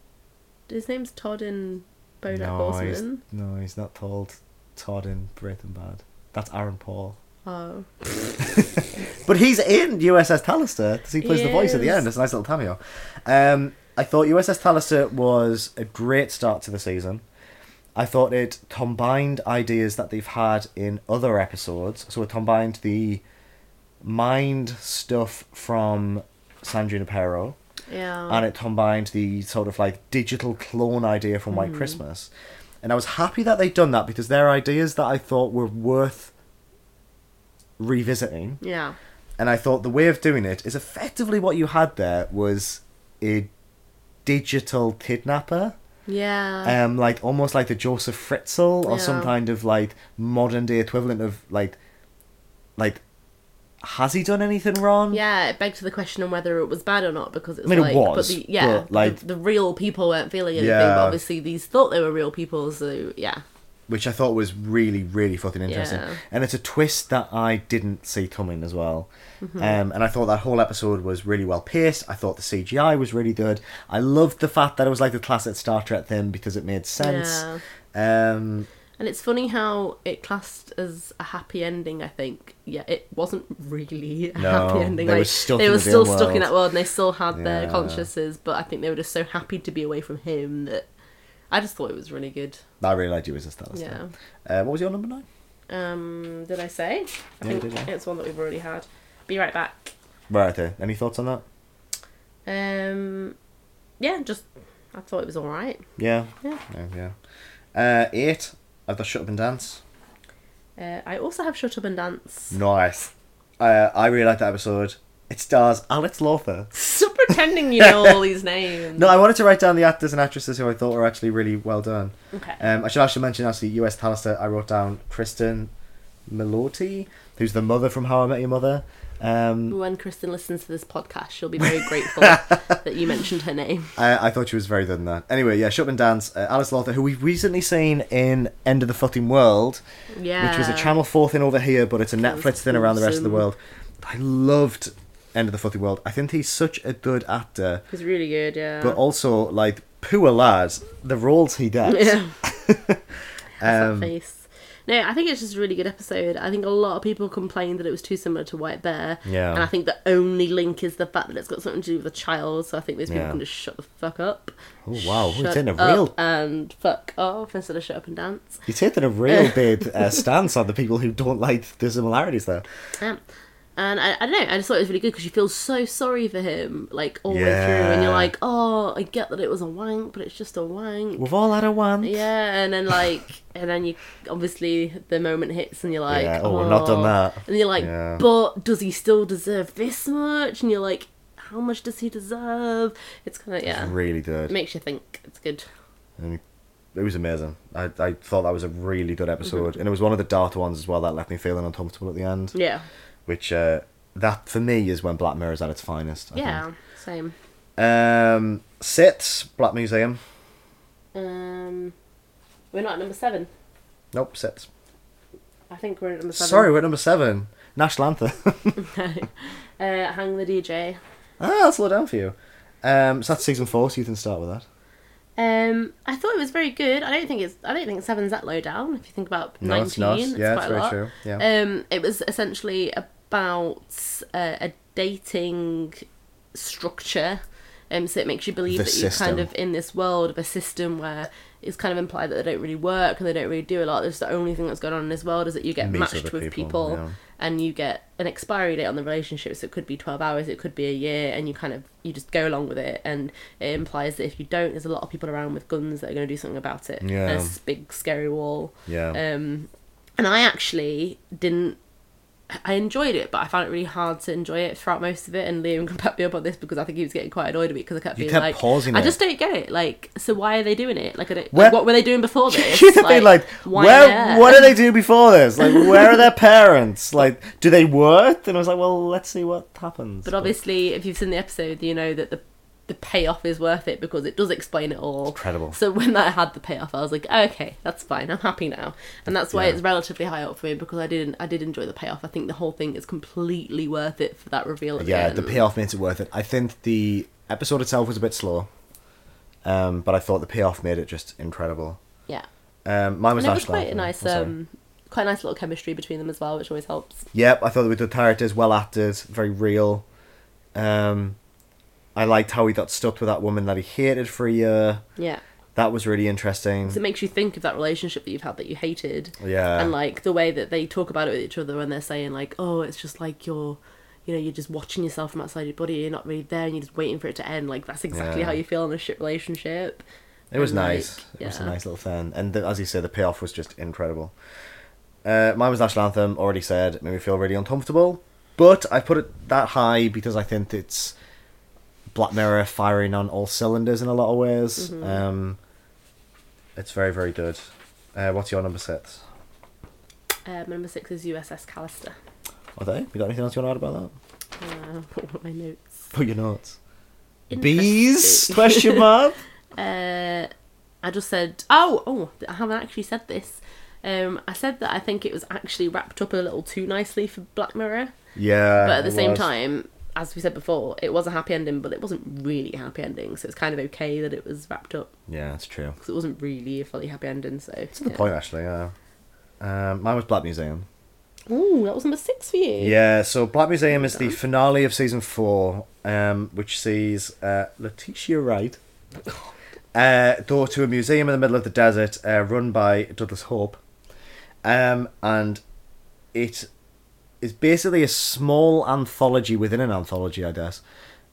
A: his name's Todd in BoJack
B: he's,
A: Horseman.
B: no, he's not called Todd in Breaking Bad. That's Aaron Paul.
A: Oh,
B: But he's in USS Callister because he plays the voice at the
A: Yes.
B: end. It's a nice little cameo. Um, I thought USS Callister was a great start to the season. I thought it combined ideas that they've had in other episodes. So it combined the mind stuff from San Junipero
A: yeah.
B: and it combined the sort of like digital clone idea from White Christmas. And I was happy that they'd done that because they're ideas that I thought were worth revisiting
A: yeah.
B: and I thought the way of doing it is effectively what you had there was a digital kidnapper,
A: Yeah.
B: um, like almost like the Joseph Fritzl or some
A: Yeah.
B: kind of like modern day equivalent of like, like, has he done anything wrong?
A: yeah, it begged the question on whether it was bad or not because it's
B: Um, I mean,
A: like,
B: it was,
A: but the, yeah,
B: but, like-
A: the, the real people weren't feeling anything.
B: Yeah.
A: But obviously, these thought they were real people, so yeah,
B: Which I thought was really, really fucking interesting,
A: Yeah.
B: and it's a twist that I didn't see coming as well.
A: Mm-hmm.
B: Um, and I thought that whole episode was really well paced. I thought the CGI was really good. I loved the fact that it was like the classic Star Trek thing because it made sense.
A: yeah.
B: Um,
A: And it's funny how it classed as a happy ending. I think, yeah, it wasn't really a
B: No,
A: happy ending.
B: they were
A: like
B: stuck
A: they
B: in
A: were
B: the
A: still
B: real
A: stuck in
B: world.
A: that world, and they still had their
B: Yeah.
A: consciences. But I think they were just so happy to be away from him that I just thought it was really good.
B: I really liked you as a star.
A: yeah.
B: Uh, what was your number nine?
A: Um, did I say? I
B: Yeah, you
A: think
B: did, yeah.
A: it's one that we've already had. Be right back.
B: Right. Okay. Any thoughts on that?
A: Um, yeah, just I thought it was all right.
B: Yeah.
A: Yeah.
B: Yeah. yeah. Uh, eight. I've got Shut Up and Dance.
A: Uh, I also have Shut Up and Dance.
B: Nice. Uh, I really liked that episode. It stars Alex Lawther.
A: Stop pretending you know all these names.
B: No, I wanted to write down the actors and actresses who I thought were actually really well done.
A: Okay.
B: Um, I should actually mention actually U.S. Talister. I wrote down Kristen Miloti, who's the mother from How I Met Your Mother. Um,
A: When Kristen listens to this podcast, she'll be very grateful that you mentioned her name.
B: I, I thought she was very good in that. Anyway, yeah, Shut Up and Dance. Uh, Alice Lawther, who we've recently seen in End of the Fucking World.
A: Yeah.
B: which was a Channel 4 thing over here, but it's a Netflix thing around the rest of the
A: awesome.
B: world. I loved End of the Fucking World. I think he's such a good actor,
A: It was really good, yeah.
B: but also, like, poor lad, the roles he gets.
A: yeah. Has that
B: Um,
A: face. No, I think it's just a really good episode. I think a lot of people complained that it was too similar to White Bear.
B: Yeah.
A: And I think the only link is the fact that it's got something to do with a child, so I think those people
B: Yeah.
A: can just shut the fuck up.
B: Oh, wow. He's
A: Shut
B: taking a
A: up
B: real,
A: and fuck off instead of shut up and dance.
B: he's taking a real big uh, stance on the people who don't like the similarities there.
A: Um, and I, I don't know, I just thought it was really good because you feel so sorry for him, like all the way through, and
B: Yeah.
A: you're like, oh, I get that it was a wank, but it's just a wank.
B: We've all had a one.
A: Yeah, and then like, and then you obviously the moment hits, and you're like,
B: Yeah, oh, we've not done
A: "Oh."
B: that.
A: And you're like,
B: Yeah.
A: but does he still deserve this much? And you're like, how much does he deserve? It's kind of yeah,
B: Really good.
A: it makes you think. It's good.
B: and it was amazing. I, I thought that was a really good episode, and it was one of the dark ones as well that left me feeling uncomfortable at the end.
A: Mhm. Yeah,
B: Which uh, that for me is when Black Mirror is at its finest. I
A: yeah, same.
B: think. Um, sits Black Museum.
A: Um, we're not at number seven.
B: Nope, sits.
A: I think we're at number seven.
B: Sorry, we're at number seven. National Anthem.
A: uh, hang the DJ.
B: ah, that's low down for you. Um, so that's season four, so you can start with that.
A: Um, I thought it was very good. I don't think it's. I don't think seven's that low down. If you think about
B: No,
A: nineteen,
B: it's not. Yeah, it's
A: quite
B: very
A: a lot.
B: true. Yeah.
A: Um, it was essentially about uh, a dating structure. Um, so it makes you believe
B: The
A: that you're
B: system.
A: kind of in this world of a system where it's kind of implied that they don't really work and they don't really do a lot. That's the only thing that's going on in this world is that you get
B: Meet
A: matched
B: other
A: with people,
B: people, yeah.
A: and you get an expiry date on the relationship. So it could be twelve hours, it could be a year, and you kind of you just go along with it. And it implies that if you don't, there's a lot of people around with guns that are going to do something about it.
B: Yeah.
A: There's this big scary wall.
B: Yeah.
A: Um, and I actually didn't. I enjoyed it, but I found it really hard to enjoy it throughout most of it. And Liam can back me up on this because I think he was getting quite annoyed at me because I kept
B: You
A: being
B: kept
A: like,
B: pausing
A: "I
B: it.
A: just don't get it. Like, so why are they doing it? Like, I don't,
B: Where-
A: like, what were they doing before this?
B: She's like, like
A: why
B: where,
A: there?
B: what did they do before this? Like, where are their parents? Like, do they work? And I was like, well, let's see what happens.
A: But obviously, if you've seen the episode, you know that the the payoff is worth it because it does explain it all.
B: incredible.
A: So when that had the payoff, I was like, "Oh, okay, that's fine. I'm happy now, and that's why
B: Yeah.
A: it's relatively high up for me because I didn't, I did enjoy the payoff. I think the whole thing is completely worth it for that reveal. At
B: yeah,
A: the,
B: the
A: end.
B: payoff makes it worth it. I think the episode itself was a bit slow, um, but I thought the payoff made it just incredible.
A: Yeah,
B: Um, mine was
A: and it was
B: Ashlar.
A: quite a nice,
B: Oh, sorry.
A: um, quite a nice little chemistry between them as well, which always helps.
B: Yep, I thought the characters well acted, very real. Um, I liked how he got stuck with that woman that he hated for a year.
A: Yeah,
B: That was really interesting.
A: because it makes you think of that relationship that you've had that you hated.
B: Yeah.
A: and like the way that they talk about it with each other when they're saying like oh it's just like you're you know you're just watching yourself from outside your body you're not really there and you're just waiting for it to end like that's exactly
B: Yeah.
A: how you feel in a shit relationship
B: It was
A: And, like,
B: nice. It was a
A: yeah.
B: nice little thing. And the, as you say, the payoff was just incredible. Uh, mine was National Anthem, already said, it made me feel really uncomfortable. But I put it that high because I think it's Black Mirror firing on all cylinders in a lot of ways.
A: Mm-hmm.
B: Um, it's very, very good. Uh, what's your number six?
A: um, number six is uss callister
B: Are they? You got anything else you want to add about that?
A: uh, what were my notes
B: Put your notes. Bees? Question
A: Interesting.
B: mark?
A: uh, I just said, oh, oh, I haven't actually said this. Um, I said that I think it was actually wrapped up a little too nicely for Black Mirror,
B: Yeah.
A: but at the
B: it
A: same
B: was.
A: time, as we said before, it was a happy ending, but it wasn't really a happy ending, so it's kind of okay that it was wrapped up
B: Yeah, that's true.
A: because it wasn't really a fully happy ending. So
B: That's a good point, actually. Yeah. Um, mine was Black Museum.
A: Ooh, that was number six for you.
B: Yeah, so Black Museum is the finale of season four, um, which sees uh, Letitia Wright uh, go to a museum in the middle of the desert uh, run by Douglas Hope. Um, and it is basically a small anthology within an anthology, I guess,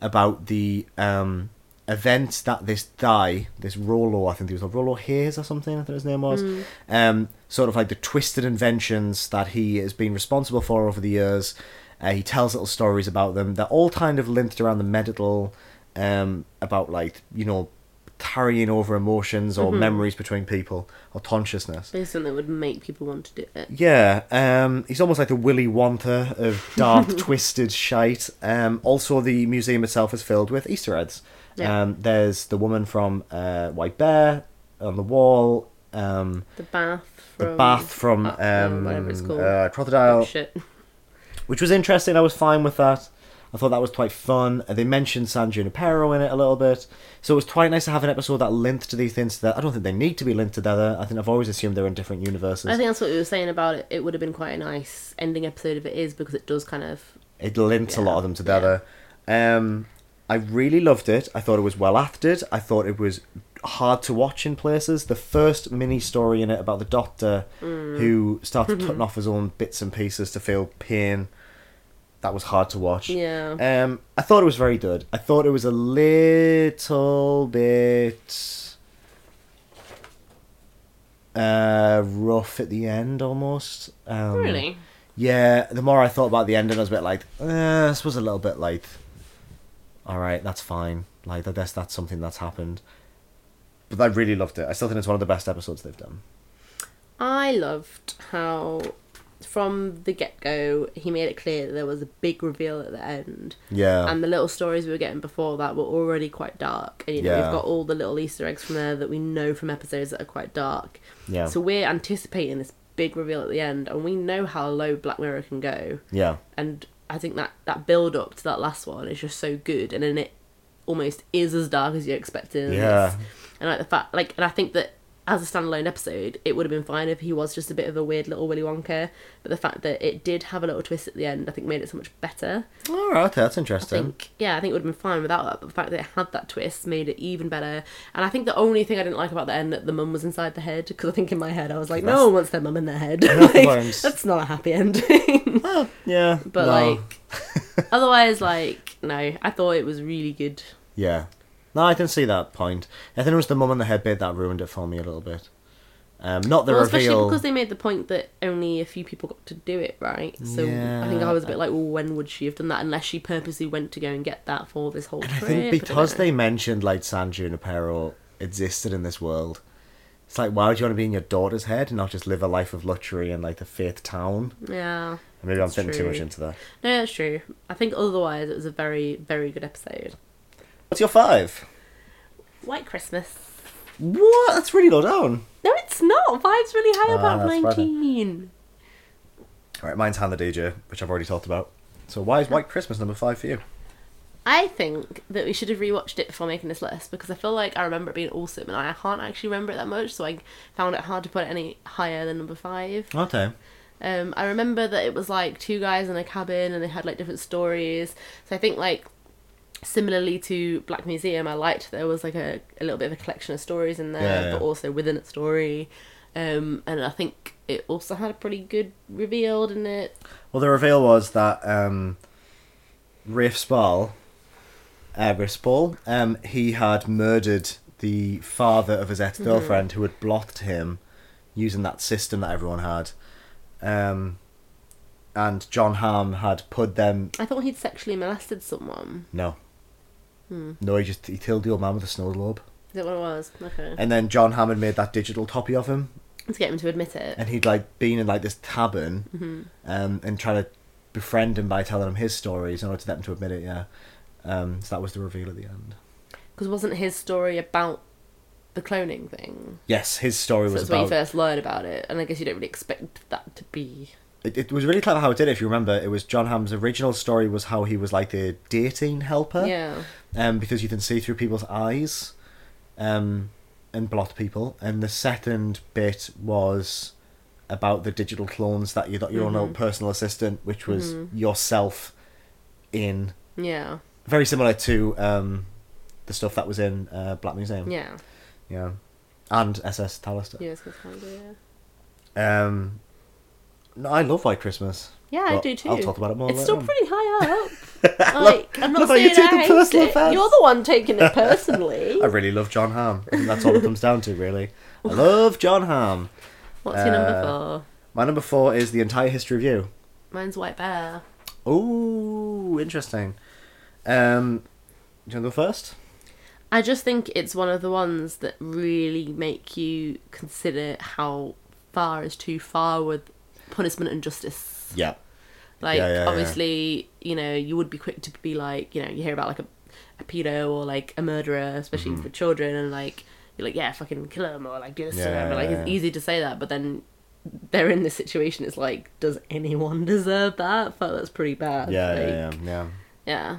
B: about the um, events that this guy, this Rollo, I think he was called Rollo Hayes or something, I think his name was, um, sort of like the twisted inventions that he has been responsible for over the years. Uh, he tells little stories about them. They're all kind of linked around the medical, um, about like, you know, carrying over emotions or memories between people or consciousness.
A: There's something that would make people want to do it.
B: Yeah, um, he's almost like the Willy Wonka of dark, twisted shite. Um, also, the museum itself is filled with Easter eggs.
A: Yeah.
B: Um, there's the woman from uh, White Bear on the wall. Um,
A: The bath
B: the
A: from
B: bath from
A: uh,
B: um,
A: whatever it's called.
B: uh,
A: oh,
B: Crocodile,
A: shit.
B: which was interesting. I was fine with that. I thought that was quite fun. Uh, They mentioned San Junipero in it a little bit, so it was quite nice to have an episode that linked to these things. That I don't think they need to be linked together. I think I've always assumed they're in different universes.
A: I think that's what we were saying about it. It would have been quite a nice ending episode if it is because it does kind of
B: it linked a
A: Yeah,
B: lot of them together. Um, I really loved it. I thought it was well acted. I thought it was hard to watch in places. The first mini story in it about the doctor
A: Mm.
B: who started cutting off his own bits and pieces to feel pain. That was hard to watch.
A: yeah.
B: Um, I thought it was very good. I thought it was a little bit uh, rough at the end, almost. Um,
A: really,
B: yeah, the more I thought about the ending, I was a bit like, eh, this was a little bit like, all right, that's fine. Like, I guess that's something that's happened. But I really loved it. I still think it's one of the best episodes they've done.
A: I loved how from the get go he made it clear that there was a big reveal at the end.
B: Yeah.
A: and the little stories we were getting before that were already quite dark and you know
B: Yeah.
A: we've got all the little easter eggs from there that we know from episodes that are quite dark
B: yeah.
A: so we're anticipating this big reveal at the end and we know how low black mirror can go
B: yeah.
A: and i think that that build up to that last one is just so good and then it almost is as dark as you expected
B: Yeah.
A: and like the fact like and i think that as a standalone episode it would have been fine if he was just a bit of a weird little willy wonka but the fact that it did have a little twist at the end i think made it so much better
B: All right, okay, that's
A: I
B: interesting.
A: think yeah, I think it would have been fine without that. But the fact that it had that twist made it even better. And I think the only thing I didn't like about the end that the mum was inside the head because I think in my head I was like,
B: That's-
A: no one wants their mum in their head.
B: That's the
A: Like,
B: worst.
A: that's not a happy ending.
B: Oh, yeah.
A: but
B: no.
A: like, otherwise, like no, I thought it was really good.
B: Yeah. No, I can see that point. I think it was the mum on the head bit that ruined it for me a little bit. Um, not the
A: well, especially
B: reveal.
A: because they made the point that only a few people got to do it, right? So I think
B: Yeah.
A: I was a bit like, well, when would she have done that? Unless she purposely went to go and get that for this whole.
B: I
A: trip.
B: think
A: don't
B: because
A: know.
B: they mentioned like San Junipero existed in this world, it's like why would you want to be in your daughter's head and not just live a life of luxury in like the faith town?
A: yeah.
B: Maybe
A: That's
B: I'm thinking too much
A: true.
B: into that.
A: No, that's true. I think otherwise it was a very, very good episode.
B: What's your five?
A: White Christmas.
B: What? That's really low down.
A: No, it's not. Five's really high
B: Ah,
A: about
B: that's right then.
A: 19.
B: All right, mine's Hand the DJ, which I've already talked about. So why is White Christmas number five for you?
A: I think that we should have rewatched it before making this list because I feel like I remember it being awesome and I can't actually remember it that much, so I found it hard to put it any higher than number five.
B: Okay.
A: Um, I remember that it was like two guys in a cabin and they had like different stories. So I think like similarly to Black Museum, I liked there was like a, a little bit of a collection of stories in there,
B: Yeah, yeah.
A: but also within a story. Um, and I think it also had a pretty good reveal in it.
B: Well, the reveal was that um, Rafe Spall, uh, Rafe Spall, um, he had murdered the father of his ex girlfriend who had blocked him using that system that everyone had. Um, and John Ham had put them.
A: I thought he'd sexually molested someone.
B: No. No, he just he killed the old man with a snow globe.
A: Is that what it was? Okay.
B: And then John Hammond made that digital copy of him
A: To get him to admit it.
B: and he'd like been in like this tavern
A: Mm-hmm.
B: um, and try to befriend him by telling him his stories in order to get him to admit it. Yeah, um, so that was the reveal at the end.
A: Because wasn't his story about the cloning thing?
B: Yes, his story
A: So
B: was
A: that's where you
B: about.
A: first learn about it, and I guess you don't really expect that to be.
B: It, it was really clever how it did. It, if you remember, it was John Hamm's original story was how he was like the dating helper.
A: Yeah.
B: Um, because you can see through people's eyes, um, and blot people. And the second bit was about the digital clones that you got your
A: Mm-hmm.
B: own personal assistant, which was yourself in
A: Yeah.
B: very similar to um, the stuff that was in uh, Black Museum.
A: Yeah.
B: Yeah. And SS Talister.
A: Yeah, it's good kind of, yeah.
B: Um, no, I love White Christmas.
A: Yeah, I
B: Well,
A: do too.
B: I'll talk about it more
A: It's
B: later
A: still
B: on.
A: pretty high up. like, I'm not
B: look how you
A: saying
B: take the
A: I hate
B: personal
A: it.
B: offense.
A: You're the one taking it personally.
B: I really love John Hamm. And that's all it comes down to, really. I love John Hamm.
A: What's your number
B: Uh,
A: four?
B: My number four is the entire history of you.
A: Mine's White Bear.
B: Ooh, interesting. Um, do you want to go first?
A: I just think it's one of the ones that really make you consider how far is too far with punishment and justice.
B: Yeah.
A: Like
B: Yeah, yeah, yeah.
A: obviously, you know, you would be quick to be like, you know, you hear about like a, a pedo or like a murderer, especially
B: Mm-hmm.
A: for children, and like you're like, yeah, fucking kill him or like do this to
B: Yeah,
A: them. But, like
B: yeah,
A: it's
B: yeah.
A: easy to say that, but then they're in this situation. It's like, does anyone deserve that? Fuck, that's pretty bad.
B: Yeah,
A: like,
B: yeah, yeah, yeah.
A: yeah.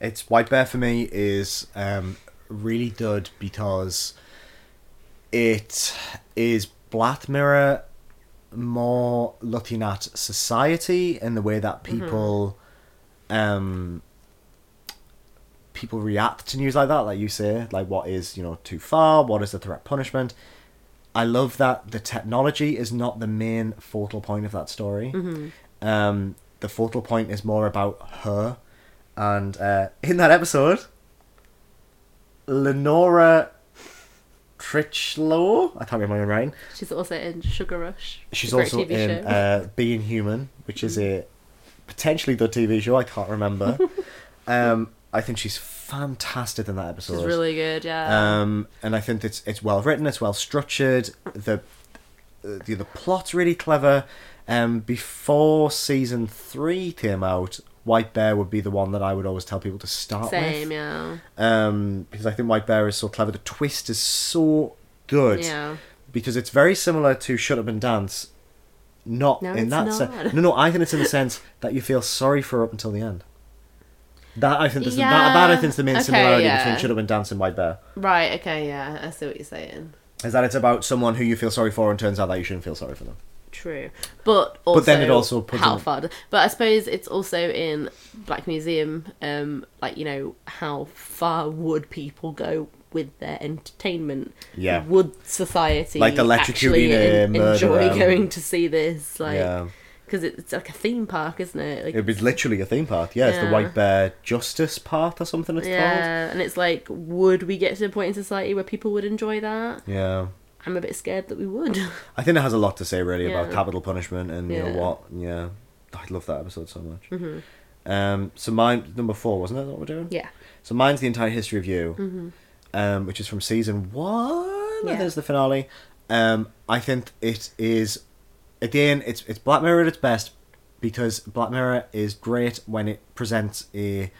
B: It's White Bear for me is um, really good because it is Black Mirror more looking at society and the way that people um, people react to news like that, like you say, like what is you know too far, what is the threat punishment. I love that the technology is not the main focal point of that story. Um, the focal point is more about her, and uh, in that episode, Lenora Tritchlow, I can't remember my own writing.
A: She's also in Sugar Rush.
B: She's
A: a great
B: also
A: TV
B: in
A: show.
B: uh, Being Human, which is a potentially good TV show. I can't remember. um, I think she's fantastic in that episode.
A: She's really good. Yeah.
B: Um, and I think it's it's well written, it's well structured. The the the plot's really clever. Um, before season three came out, White Bear would be the one that I would always tell people to start
A: Same.
B: with.
A: Yeah.
B: Um, because I think White Bear is so clever. The twist is so good
A: Yeah.
B: because it's very similar to Shut Up and Dance. Not
A: No,
B: in
A: it's
B: that sense.
A: not.
B: No, no, I think it's in the sense that you feel sorry for her up until the end. That I think is the, that, that I
A: Yeah.
B: think is the main
A: Okay,
B: similarity
A: yeah.
B: between Shut Up and Dance and White Bear
A: Right. Okay. Yeah. I see what you're saying.
B: is that it's about someone who you feel sorry for and turns out that you shouldn't feel sorry for them.
A: True, but also,
B: then it also puts
A: how
B: in-
A: far. do- But I suppose it's also in Black Museum, um, like you know how far would people go with their entertainment?
B: Yeah.
A: would society
B: Like
A: like
B: electrocuting
A: actually
B: a
A: en- enjoy
B: murderer.
A: going to see this? Like,
B: Yeah.
A: because it's like a theme park, isn't it? Like,
B: It was literally a theme park. Yeah, it's the
A: Yeah.
B: White Bear Justice Path or something it's
A: yeah, and it's like, would we get to a point in society where people would enjoy that?
B: called. Yeah.
A: I'm a bit scared that we would.
B: I think it has a lot to say really about
A: Yeah.
B: capital punishment and you
A: Yeah.
B: know what. Yeah. I love that episode so much. Mm-hmm. Um, so mine number four wasn't it that we're doing?
A: yeah,
B: So mine's the entire history of you, um, which is from season one. I
A: Mm-hmm. Yeah.
B: think it's the finale. Um, I think it is again. It's it's Black Mirror at its best because Black Mirror is great when it presents a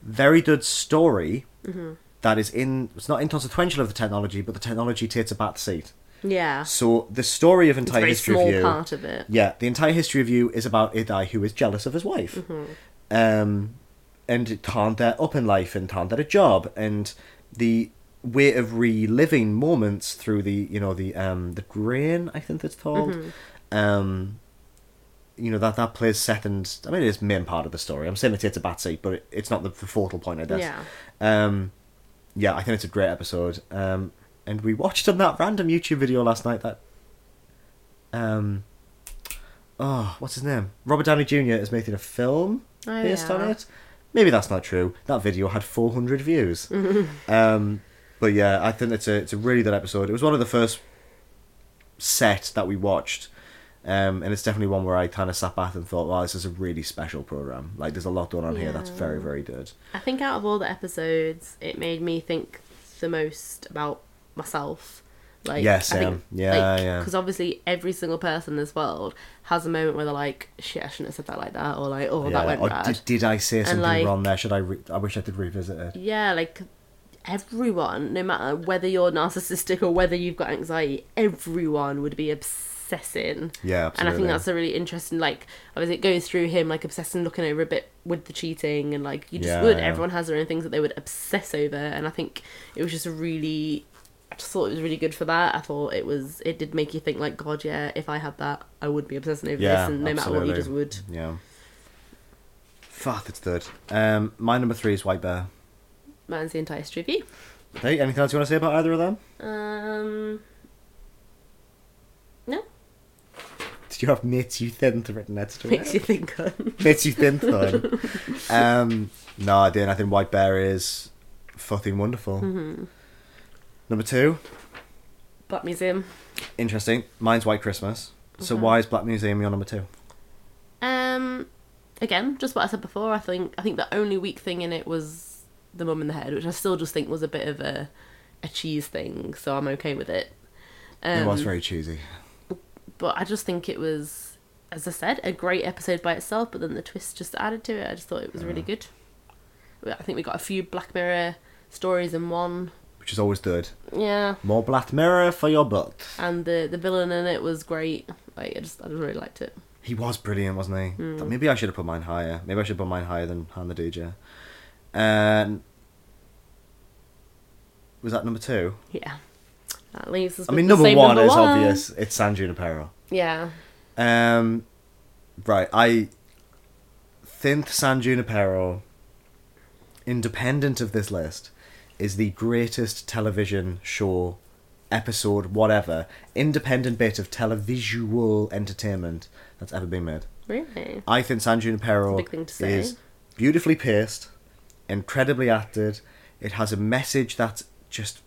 B: very good story
A: Mm-hmm.
B: that is in it's not inconsequential of the technology, but the technology takes a back seat.
A: Yeah.
B: So the story of
A: It's a
B: entire
A: very
B: history
A: small
B: of you,
A: part of it.
B: yeah, the entire history of you is about a guy who is jealous of his wife,
A: Mm-hmm.
B: um, and can't get up in life and can't get a job, and the way of reliving moments through the you know the um the grain I think that's called,
A: Mm-hmm.
B: um, you know that that plays second. I mean, it's main part of the story. I'm saying it takes a bat seat, but it, it's not the focal point. I guess.
A: Yeah.
B: Um, yeah, I think it's a great episode. Um, and we watched on that random YouTube video last night that. Um, oh, what's his name? Robert Downey Jr. is making a film
A: Oh,
B: based
A: yeah.
B: on it. Maybe that's not true. That video had 400 views. um, but yeah, I think it's a it's a really good episode. It was one of the first set that we watched. Um, and it's definitely one where I kind of sat back and thought, "Wow, this is a really special program. Like, there's a lot going on here that's
A: Yeah.
B: very, very good."
A: I think out of all the episodes, it made me think the most about myself. Like,
B: Yeah,
A: I think,
B: same. Yeah, yeah.
A: Because obviously, every single person in this world has a moment where they're like, "Shit, I shouldn't have said that like that," or like, "Oh, that went
B: or
A: bad."
B: Did, did I say something
A: like-
B: wrong there? Should I? Re- I wish I could revisit it.
A: Yeah, like everyone, no matter whether you're narcissistic or whether you've got anxiety, everyone would be obsessing.
B: Yeah,
A: And I
B: absolutely.
A: think that's a really interesting, like, obviously it goes through him, like, obsessing, looking over a bit with the cheating, and like, you just
B: Yeah,
A: would.
B: yeah.
A: Everyone has their own things that they would obsess over, and I think it was just a really, I just thought it was really good for that. I thought it was, it did make you think, like, God, yeah, if I had that, I would be obsessing over
B: yeah,
A: this, and no matter what, you just
B: absolutely.
A: would.
B: Yeah. Fuck, it's good. Um, my number three is White Bear.
A: Mine's the entire history of you.
B: Hey, anything else you want to say about either of them?
A: Um, no.
B: Did you have mates you think written next to
A: makes
B: it?
A: you think on.
B: mates you think on. um, no, I didn't. I think White Bear is fucking wonderful.
A: Mm-hmm.
B: Number two,
A: Black Museum.
B: interesting. Mine's White Christmas. So why is Black Museum your number two?
A: Um, again, just what I said before. I think I think the only weak thing in it was the mum in the head, which I still just think was a bit of a a cheese thing. So I'm okay with it. Um,
B: it was very cheesy.
A: But I just think it was, as I said, a great episode by itself. But then the twist just added to it. I just thought it was
B: Mm.
A: really good. We- I think we got a few Black Mirror stories in one.
B: Which is always good.
A: Yeah,
B: More Black Mirror for your butt.
A: and the the villain in it was great. Like I just I just really liked it.
B: He was brilliant, wasn't he?
A: Hmm.
B: Th- Maybe I should have put mine higher. Maybe I should have put mine higher than Han the DJ. Um, was that number two?
A: Yeah. That leaves us.
B: I
A: with
B: mean,
A: the
B: number
A: same
B: one
A: number
B: is
A: one.
B: obvious. It's San Junipero.
A: Yeah.
B: Um, right, I think San Junipero, independent of this list, is the greatest television show, episode, whatever, independent bit of televisual entertainment that's ever been made.
A: Really?
B: I think San Junipero
A: It's a big thing to say.
B: is beautifully paced, incredibly acted. It has a message that's just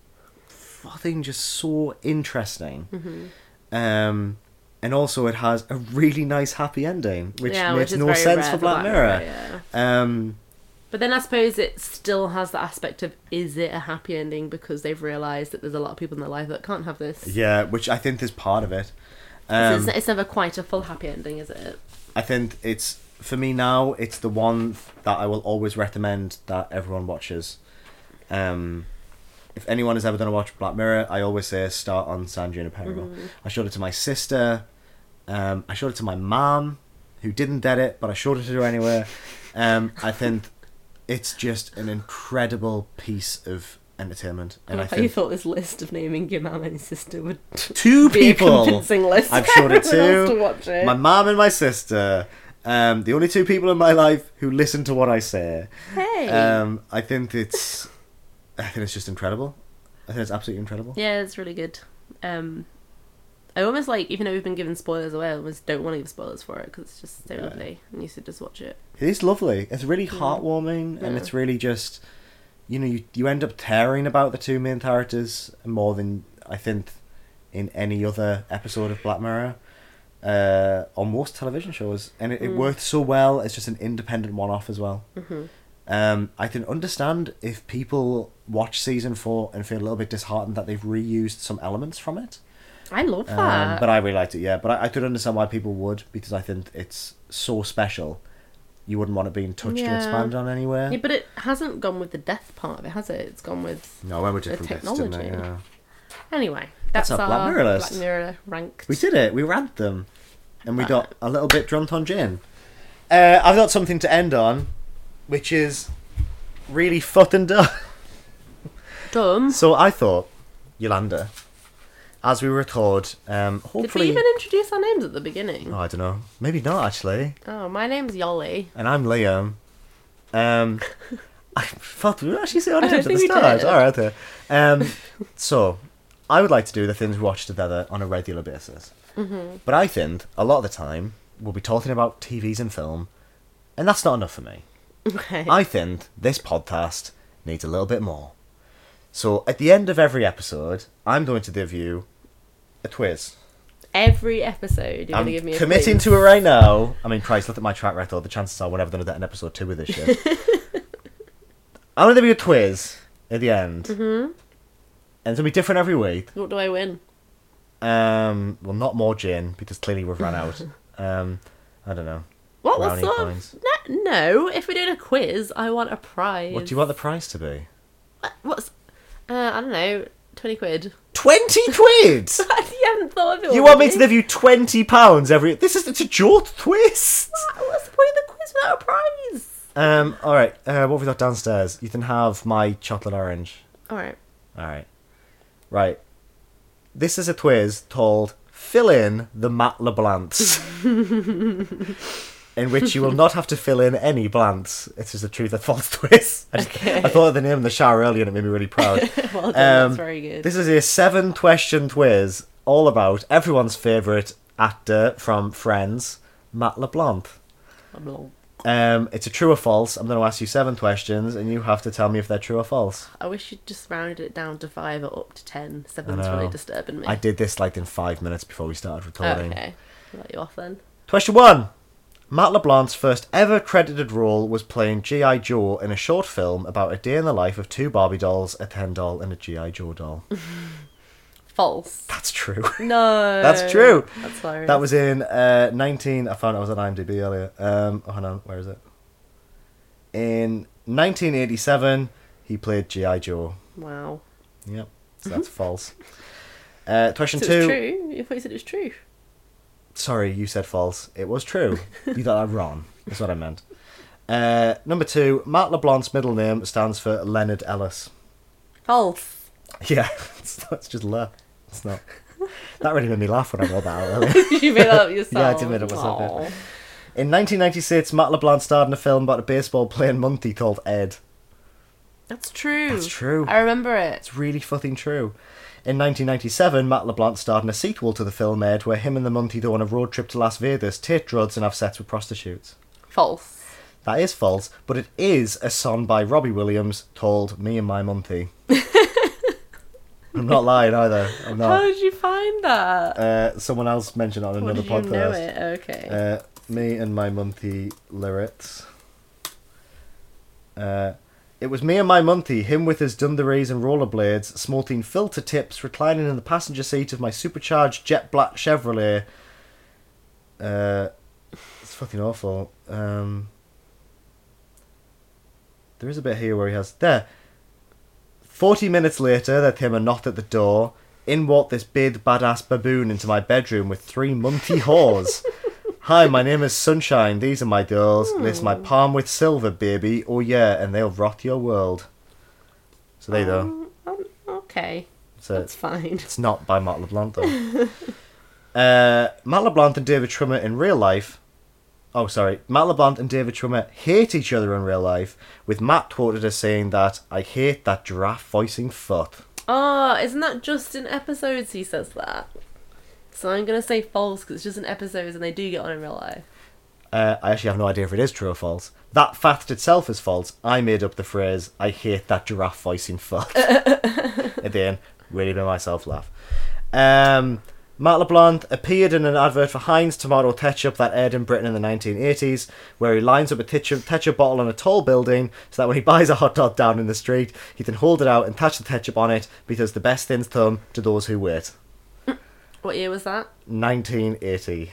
B: fucking just so interesting.
A: Mm-hmm.
B: Um, and also it has a really nice happy ending, which
A: yeah,
B: makes
A: is
B: no
A: very
B: sense
A: rare
B: for Black, Mirror.
A: yeah.
B: Um,
A: But then I suppose it still has the aspect of is it a happy ending because they've realised that there's a lot of people in their life that can't have this.
B: yeah, which I think is part of it.
A: So
B: Um,
A: it's, it's never quite a full happy ending, is it?
B: I think it's for me now. It's the one that I will always recommend that everyone watches. Um, if anyone has ever done a watch of Black Mirror, I always say start on San Junipero. I showed it to my sister. Um, I showed it to my mom, who didn't get it, but I showed it to her anyway. Um, I think it's just an incredible piece of entertainment, and I
A: How you
B: think
A: thought this list of naming your mum and sister would
B: two
A: be a
B: people
A: convincing list.
B: I've
A: for
B: showed it
A: everyone
B: to
A: else to watch it.
B: my mom and my sister. Um, the only two people in my life who listen to what I say.
A: hey.
B: Um, I think it's, I think it's just incredible. I think it's absolutely incredible.
A: Yeah, it's really good. Um, I almost like, even though we've been giving spoilers away, I almost don't want to give spoilers for it because it's just so
B: Yeah.
A: lovely, and you should just watch it.
B: It is lovely. It's really heartwarming, and
A: Yeah.
B: it's really just, you know, you you end up caring about the two main characters more than I think in any other episode of Black Mirror. Uh, on most television shows, and it, it
A: Mm.
B: worked so well. It's just an independent one-off as well.
A: Mm-hmm.
B: Um, I can understand if people watch season four and feel a little bit disheartened that they've reused some elements from it.
A: I love that.
B: Um, but I really liked it, yeah. But I, I could understand why people would because I think it's so special you wouldn't want it being touched or
A: Yeah.
B: expanded on anywhere.
A: Yeah, but it hasn't gone with the death part of it, has it? It's gone with
B: No, when we did
A: The
B: from this, didn't it?
A: technology.
B: Yeah.
A: anyway. That's,
B: our
A: our
B: Black Mirror list.
A: Black Mirror ranked.
B: We did it. We ranked them, and we
A: Right.
B: got a little bit drunk on gin. Uh, I've got something to end on, which is really fucking dumb.
A: Dumb.
B: So I thought, Yolanda, as we record, um,
A: Did we
B: hopefully,
A: even introduce our names at the beginning?
B: oh,
A: Oh,
B: I don't know, maybe not actually.
A: my name's Yolly.
B: and I'm Liam. Um, I fuck, did we actually say our
A: I don't
B: names at the
A: think we
B: start.
A: did.
B: All right, there. Um, so I would like to do the things we watch together on a regular basis. Mm-hmm. But I think a lot of the time we'll be talking about TVs and film, and that's not enough for me.
A: Okay.
B: I think this podcast needs a little bit more. So at the end of every episode, I'm going to give you a quiz.
A: Every episode, you're
B: I'm
A: going to give me a
B: committing
A: quiz.
B: to it right now. I mean, Christ, look at my track record. The chances are we're never going to get an episode two with this shit. I'm going to give you a quiz at the end. Mm-hmm. And it's going to be different every week.
A: What do I win?
B: Um, well, not more gin, because clearly we've run out. Um, I don't know.
A: What was
B: Brownie
A: sort
B: points.
A: of... No, no, if we're doing a quiz, I want a prize.
B: What do you want the price to be?
A: What's... Uh, I don't know, 20 quid.
B: 20 quid!
A: you haven't thought of it
B: you want me to
A: already?
B: give you 20 pounds every... This is it's a jolt twist!
A: What's the point of the quiz without a prize?
B: Um, alright, uh, what have we got downstairs? You can have my chocolate orange.
A: All right.
B: All right. Right. This is a quiz called Fill in the Matt LeBlancs. in which you will not have to fill in any blanks. It's just a truth or false quiz. I, just-
A: Okay.
B: I thought of the name in the shower earlier and it made me really proud.
A: Well done,
B: Um,
A: that's very good.
B: This is a seven question quiz all about everyone's favourite actor from Friends, Matt LeBlanc.
A: I'm long.
B: Um, it's a true or false. I'm going to ask you seven questions and you have to tell me if they're true or false.
A: I wish you'd just rounded it down to five or up to ten. Seven's
B: know.
A: really disturbing me.
B: I did this like in five minutes before we started recording.
A: Okay. I'll let you off then.
B: Question one. Matt LeBlanc's first ever credited role was playing G.I. Joe in a short film about a day in the life of two Barbie dolls, a Ken doll, and a G.I. Joe doll.
A: False.
B: That's true.
A: No.
B: That's true.
A: That's hilarious.
B: that was in uh, 19. I found it was on IMDb earlier. Um, oh, hang on, where is it? In 1987, he played G.I. Joe.
A: Wow.
B: Yep, so that's false. Uh, question
A: So
B: two.
A: it's true. You thought you said it's true.
B: Sorry, you said false. It was true. you got that wrong. That's what I meant. Uh, number two, Matt LeBlanc's middle name stands for Leonard Ellis.
A: False.
B: Yeah, it's, not, it's just Le. It's not. That really made me laugh when I read that out earlier.
A: you made that up yourself.
B: Yeah, I did make it myself, yeah.
A: Aw.
B: In 1996, Matt LeBlanc starred in a film about a baseball playing monkey called Ed.
A: That's true.
B: That's true.
A: I remember it.
B: It's really fucking true. In 1997, Matt LeBlanc starred in a sequel to the film Ed, where him and the monkey go on a road trip to Las Vegas, take drugs, and have sex with prostitutes.
A: False.
B: That is false, but it is a song by Robbie Williams called Me and My Monty. I'm not lying either. I'm
A: How
B: not.
A: did you find that?
B: Uh, someone else mentioned it on
A: How
B: another
A: did you know
B: podcast.
A: it? Okay.
B: Uh, me and My Monty lyrics. Uh, it was me and my Monty, him with his dungarees and rollerblades, snorting filter tips, reclining in the passenger seat of my supercharged jet black Chevrolet. Uh, it's fucking awful. Um, there is a bit here where he has there. Forty minutes later, there came a knock at the door. In walked this big badass baboon into my bedroom with three monkey whores. Hi, my name is Sunshine. These are my girls. Lace my palm with silver, baby. Oh yeah, and they'll rock your world. So there you go.
A: Um, um, okay.
B: So
A: That's fine.
B: it's not by Matt LeBlanc though. uh, Matt LeBlanc and David Trimmer in real life. Oh, sorry. Matt LeBlanc and David Trimmer hate each other in real life, with Matt quoted as saying that I hate that giraffe voicing fuck.
A: Oh, isn't that just in episodes he says that? So I'm gonna say false because it's just in episodes and they do get on in real life.
B: Uh, I actually have no idea if it is true or false. That fact itself is false. I made up the phrase, I hate that giraffe voicing fuck. At the end, really made myself laugh. Um, Matt LeBlanc appeared in an advert for Heinz tomato ketchup that aired in Britain in the 1980s, where he lines up a ketchup, ketchup bottle on a tall building so that when he buys a hot dog down in the street, he can hold it out and touch the ketchup on it because the best things come to those who wait.
A: What year was that?
B: 1980.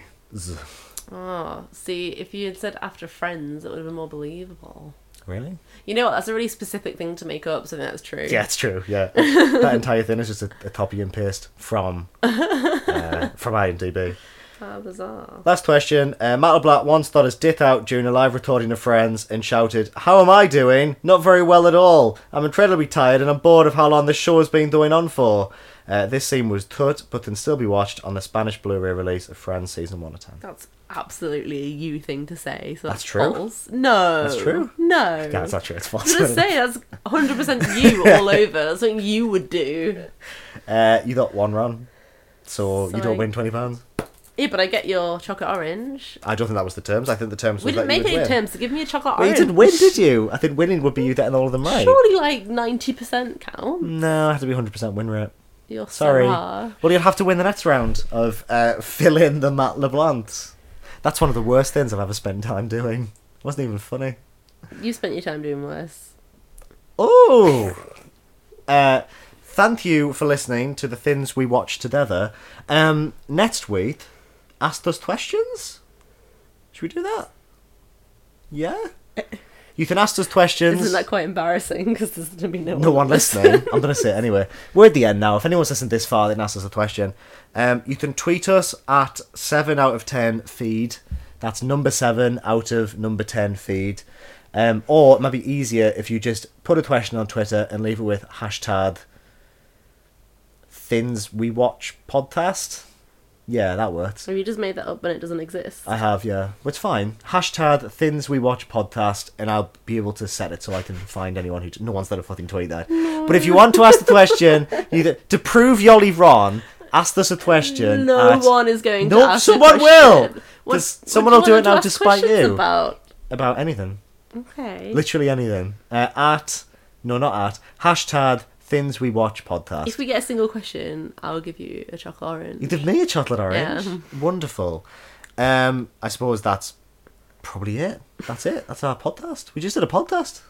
A: Oh, see, if you had said after Friends, it would have been more believable.
B: Really?
A: You know what? That's a really specific thing to make up, so I think that's true.
B: Yeah, it's true. Yeah, that entire thing is just a, a copy and paste from uh, from IMDb.
A: How bizarre.
B: Last question. Uh, Matt LeBlanc once thought his dit out during a live recording of Friends and shouted, How am I doing? Not very well at all. I'm incredibly tired and I'm bored of how long this show has been going on for. Uh, this scene was cut but can still be watched on the Spanish Blu ray release of Friends Season 1 or 10.
A: That's absolutely a you thing to say. So
B: That's
A: that's,
B: true.
A: False. No.
B: That's true.
A: No.
B: Yeah, that's not true. It's
A: I was gonna
B: false.
A: say that's 100 percent you all over. That's something you would do.
B: uh, you got one wrong, so you don't
A: Sorry.
B: win £20.
A: Yeah, but I get your chocolate orange.
B: I don't think that was the terms. I think the terms
A: We
B: was
A: didn't
B: that you
A: make any
B: would win.
A: terms. So give me a chocolate
B: Well, you
A: orange.
B: did win, did you? I think winning would be you getting all of them right.
A: Surely, like 90 percent count.
B: No, it had to be 100% win rate.
A: You're
B: Mm, Sorry.
A: Sarah.
B: Well, you'll have to win the next round of uh, fill in the Matt LeBlancs. That's one of the worst things I've ever spent time doing. wasn't even funny.
A: You spent your time doing worse.
B: Oh! Uh, thank you for listening to the things we watched together. Um, next week, ask us questions? Should we do that? Yeah? You can ask us questions.
A: Isn't that quite embarrassing? Because there's gonna be no,
B: no one listening. I'm going to say it anyway. We're at the end now. If anyone's listened this far, they can ask us a question. Um, you can tweet us at 7 out of 10 feed. That's number 7 out of number 10 feed. Um, or it might be easier if you just put a question on Twitter and leave it with hashtag things we watch podcast. Yeah, that works.
A: Have you just made that up and it doesn't exist?
B: I have, yeah. Which fine. Hashtag things we watch podcast, and I'll be able to set it so I can find anyone who no one's done a fucking tweet that. But if you want to ask the question, you to prove Yoli Ron, ask us a question.
A: no
B: at-
A: one is going
B: Nope,
A: to ask a
B: someone
A: question.
B: will.
A: What-
B: There's-
A: what
B: someone
A: do you
B: will do
A: want
B: it
A: to
B: now
A: ask
B: despite
A: questions
B: you.
A: About?
B: about anything,
A: Okay.
B: literally anything. Uh, at no, not at hashtag things we watch podcast.
A: If we get a single question, I'll give you a chocolate orange.
B: You did me a chocolate orange.
A: Yeah.
B: Wonderful. Um, I suppose that's probably it. That's it. That's our podcast. We just did a podcast.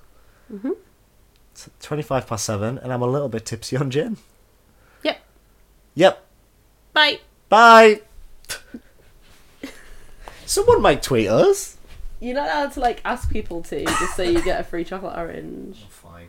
B: It's 25 past seven, and I'm a little bit tipsy on gin.
A: Yep.
B: Yep.
A: Bye.
B: Bye. Someone might tweet us.
A: You're not allowed to like ask people to just so you get a free chocolate orange.
B: Fine.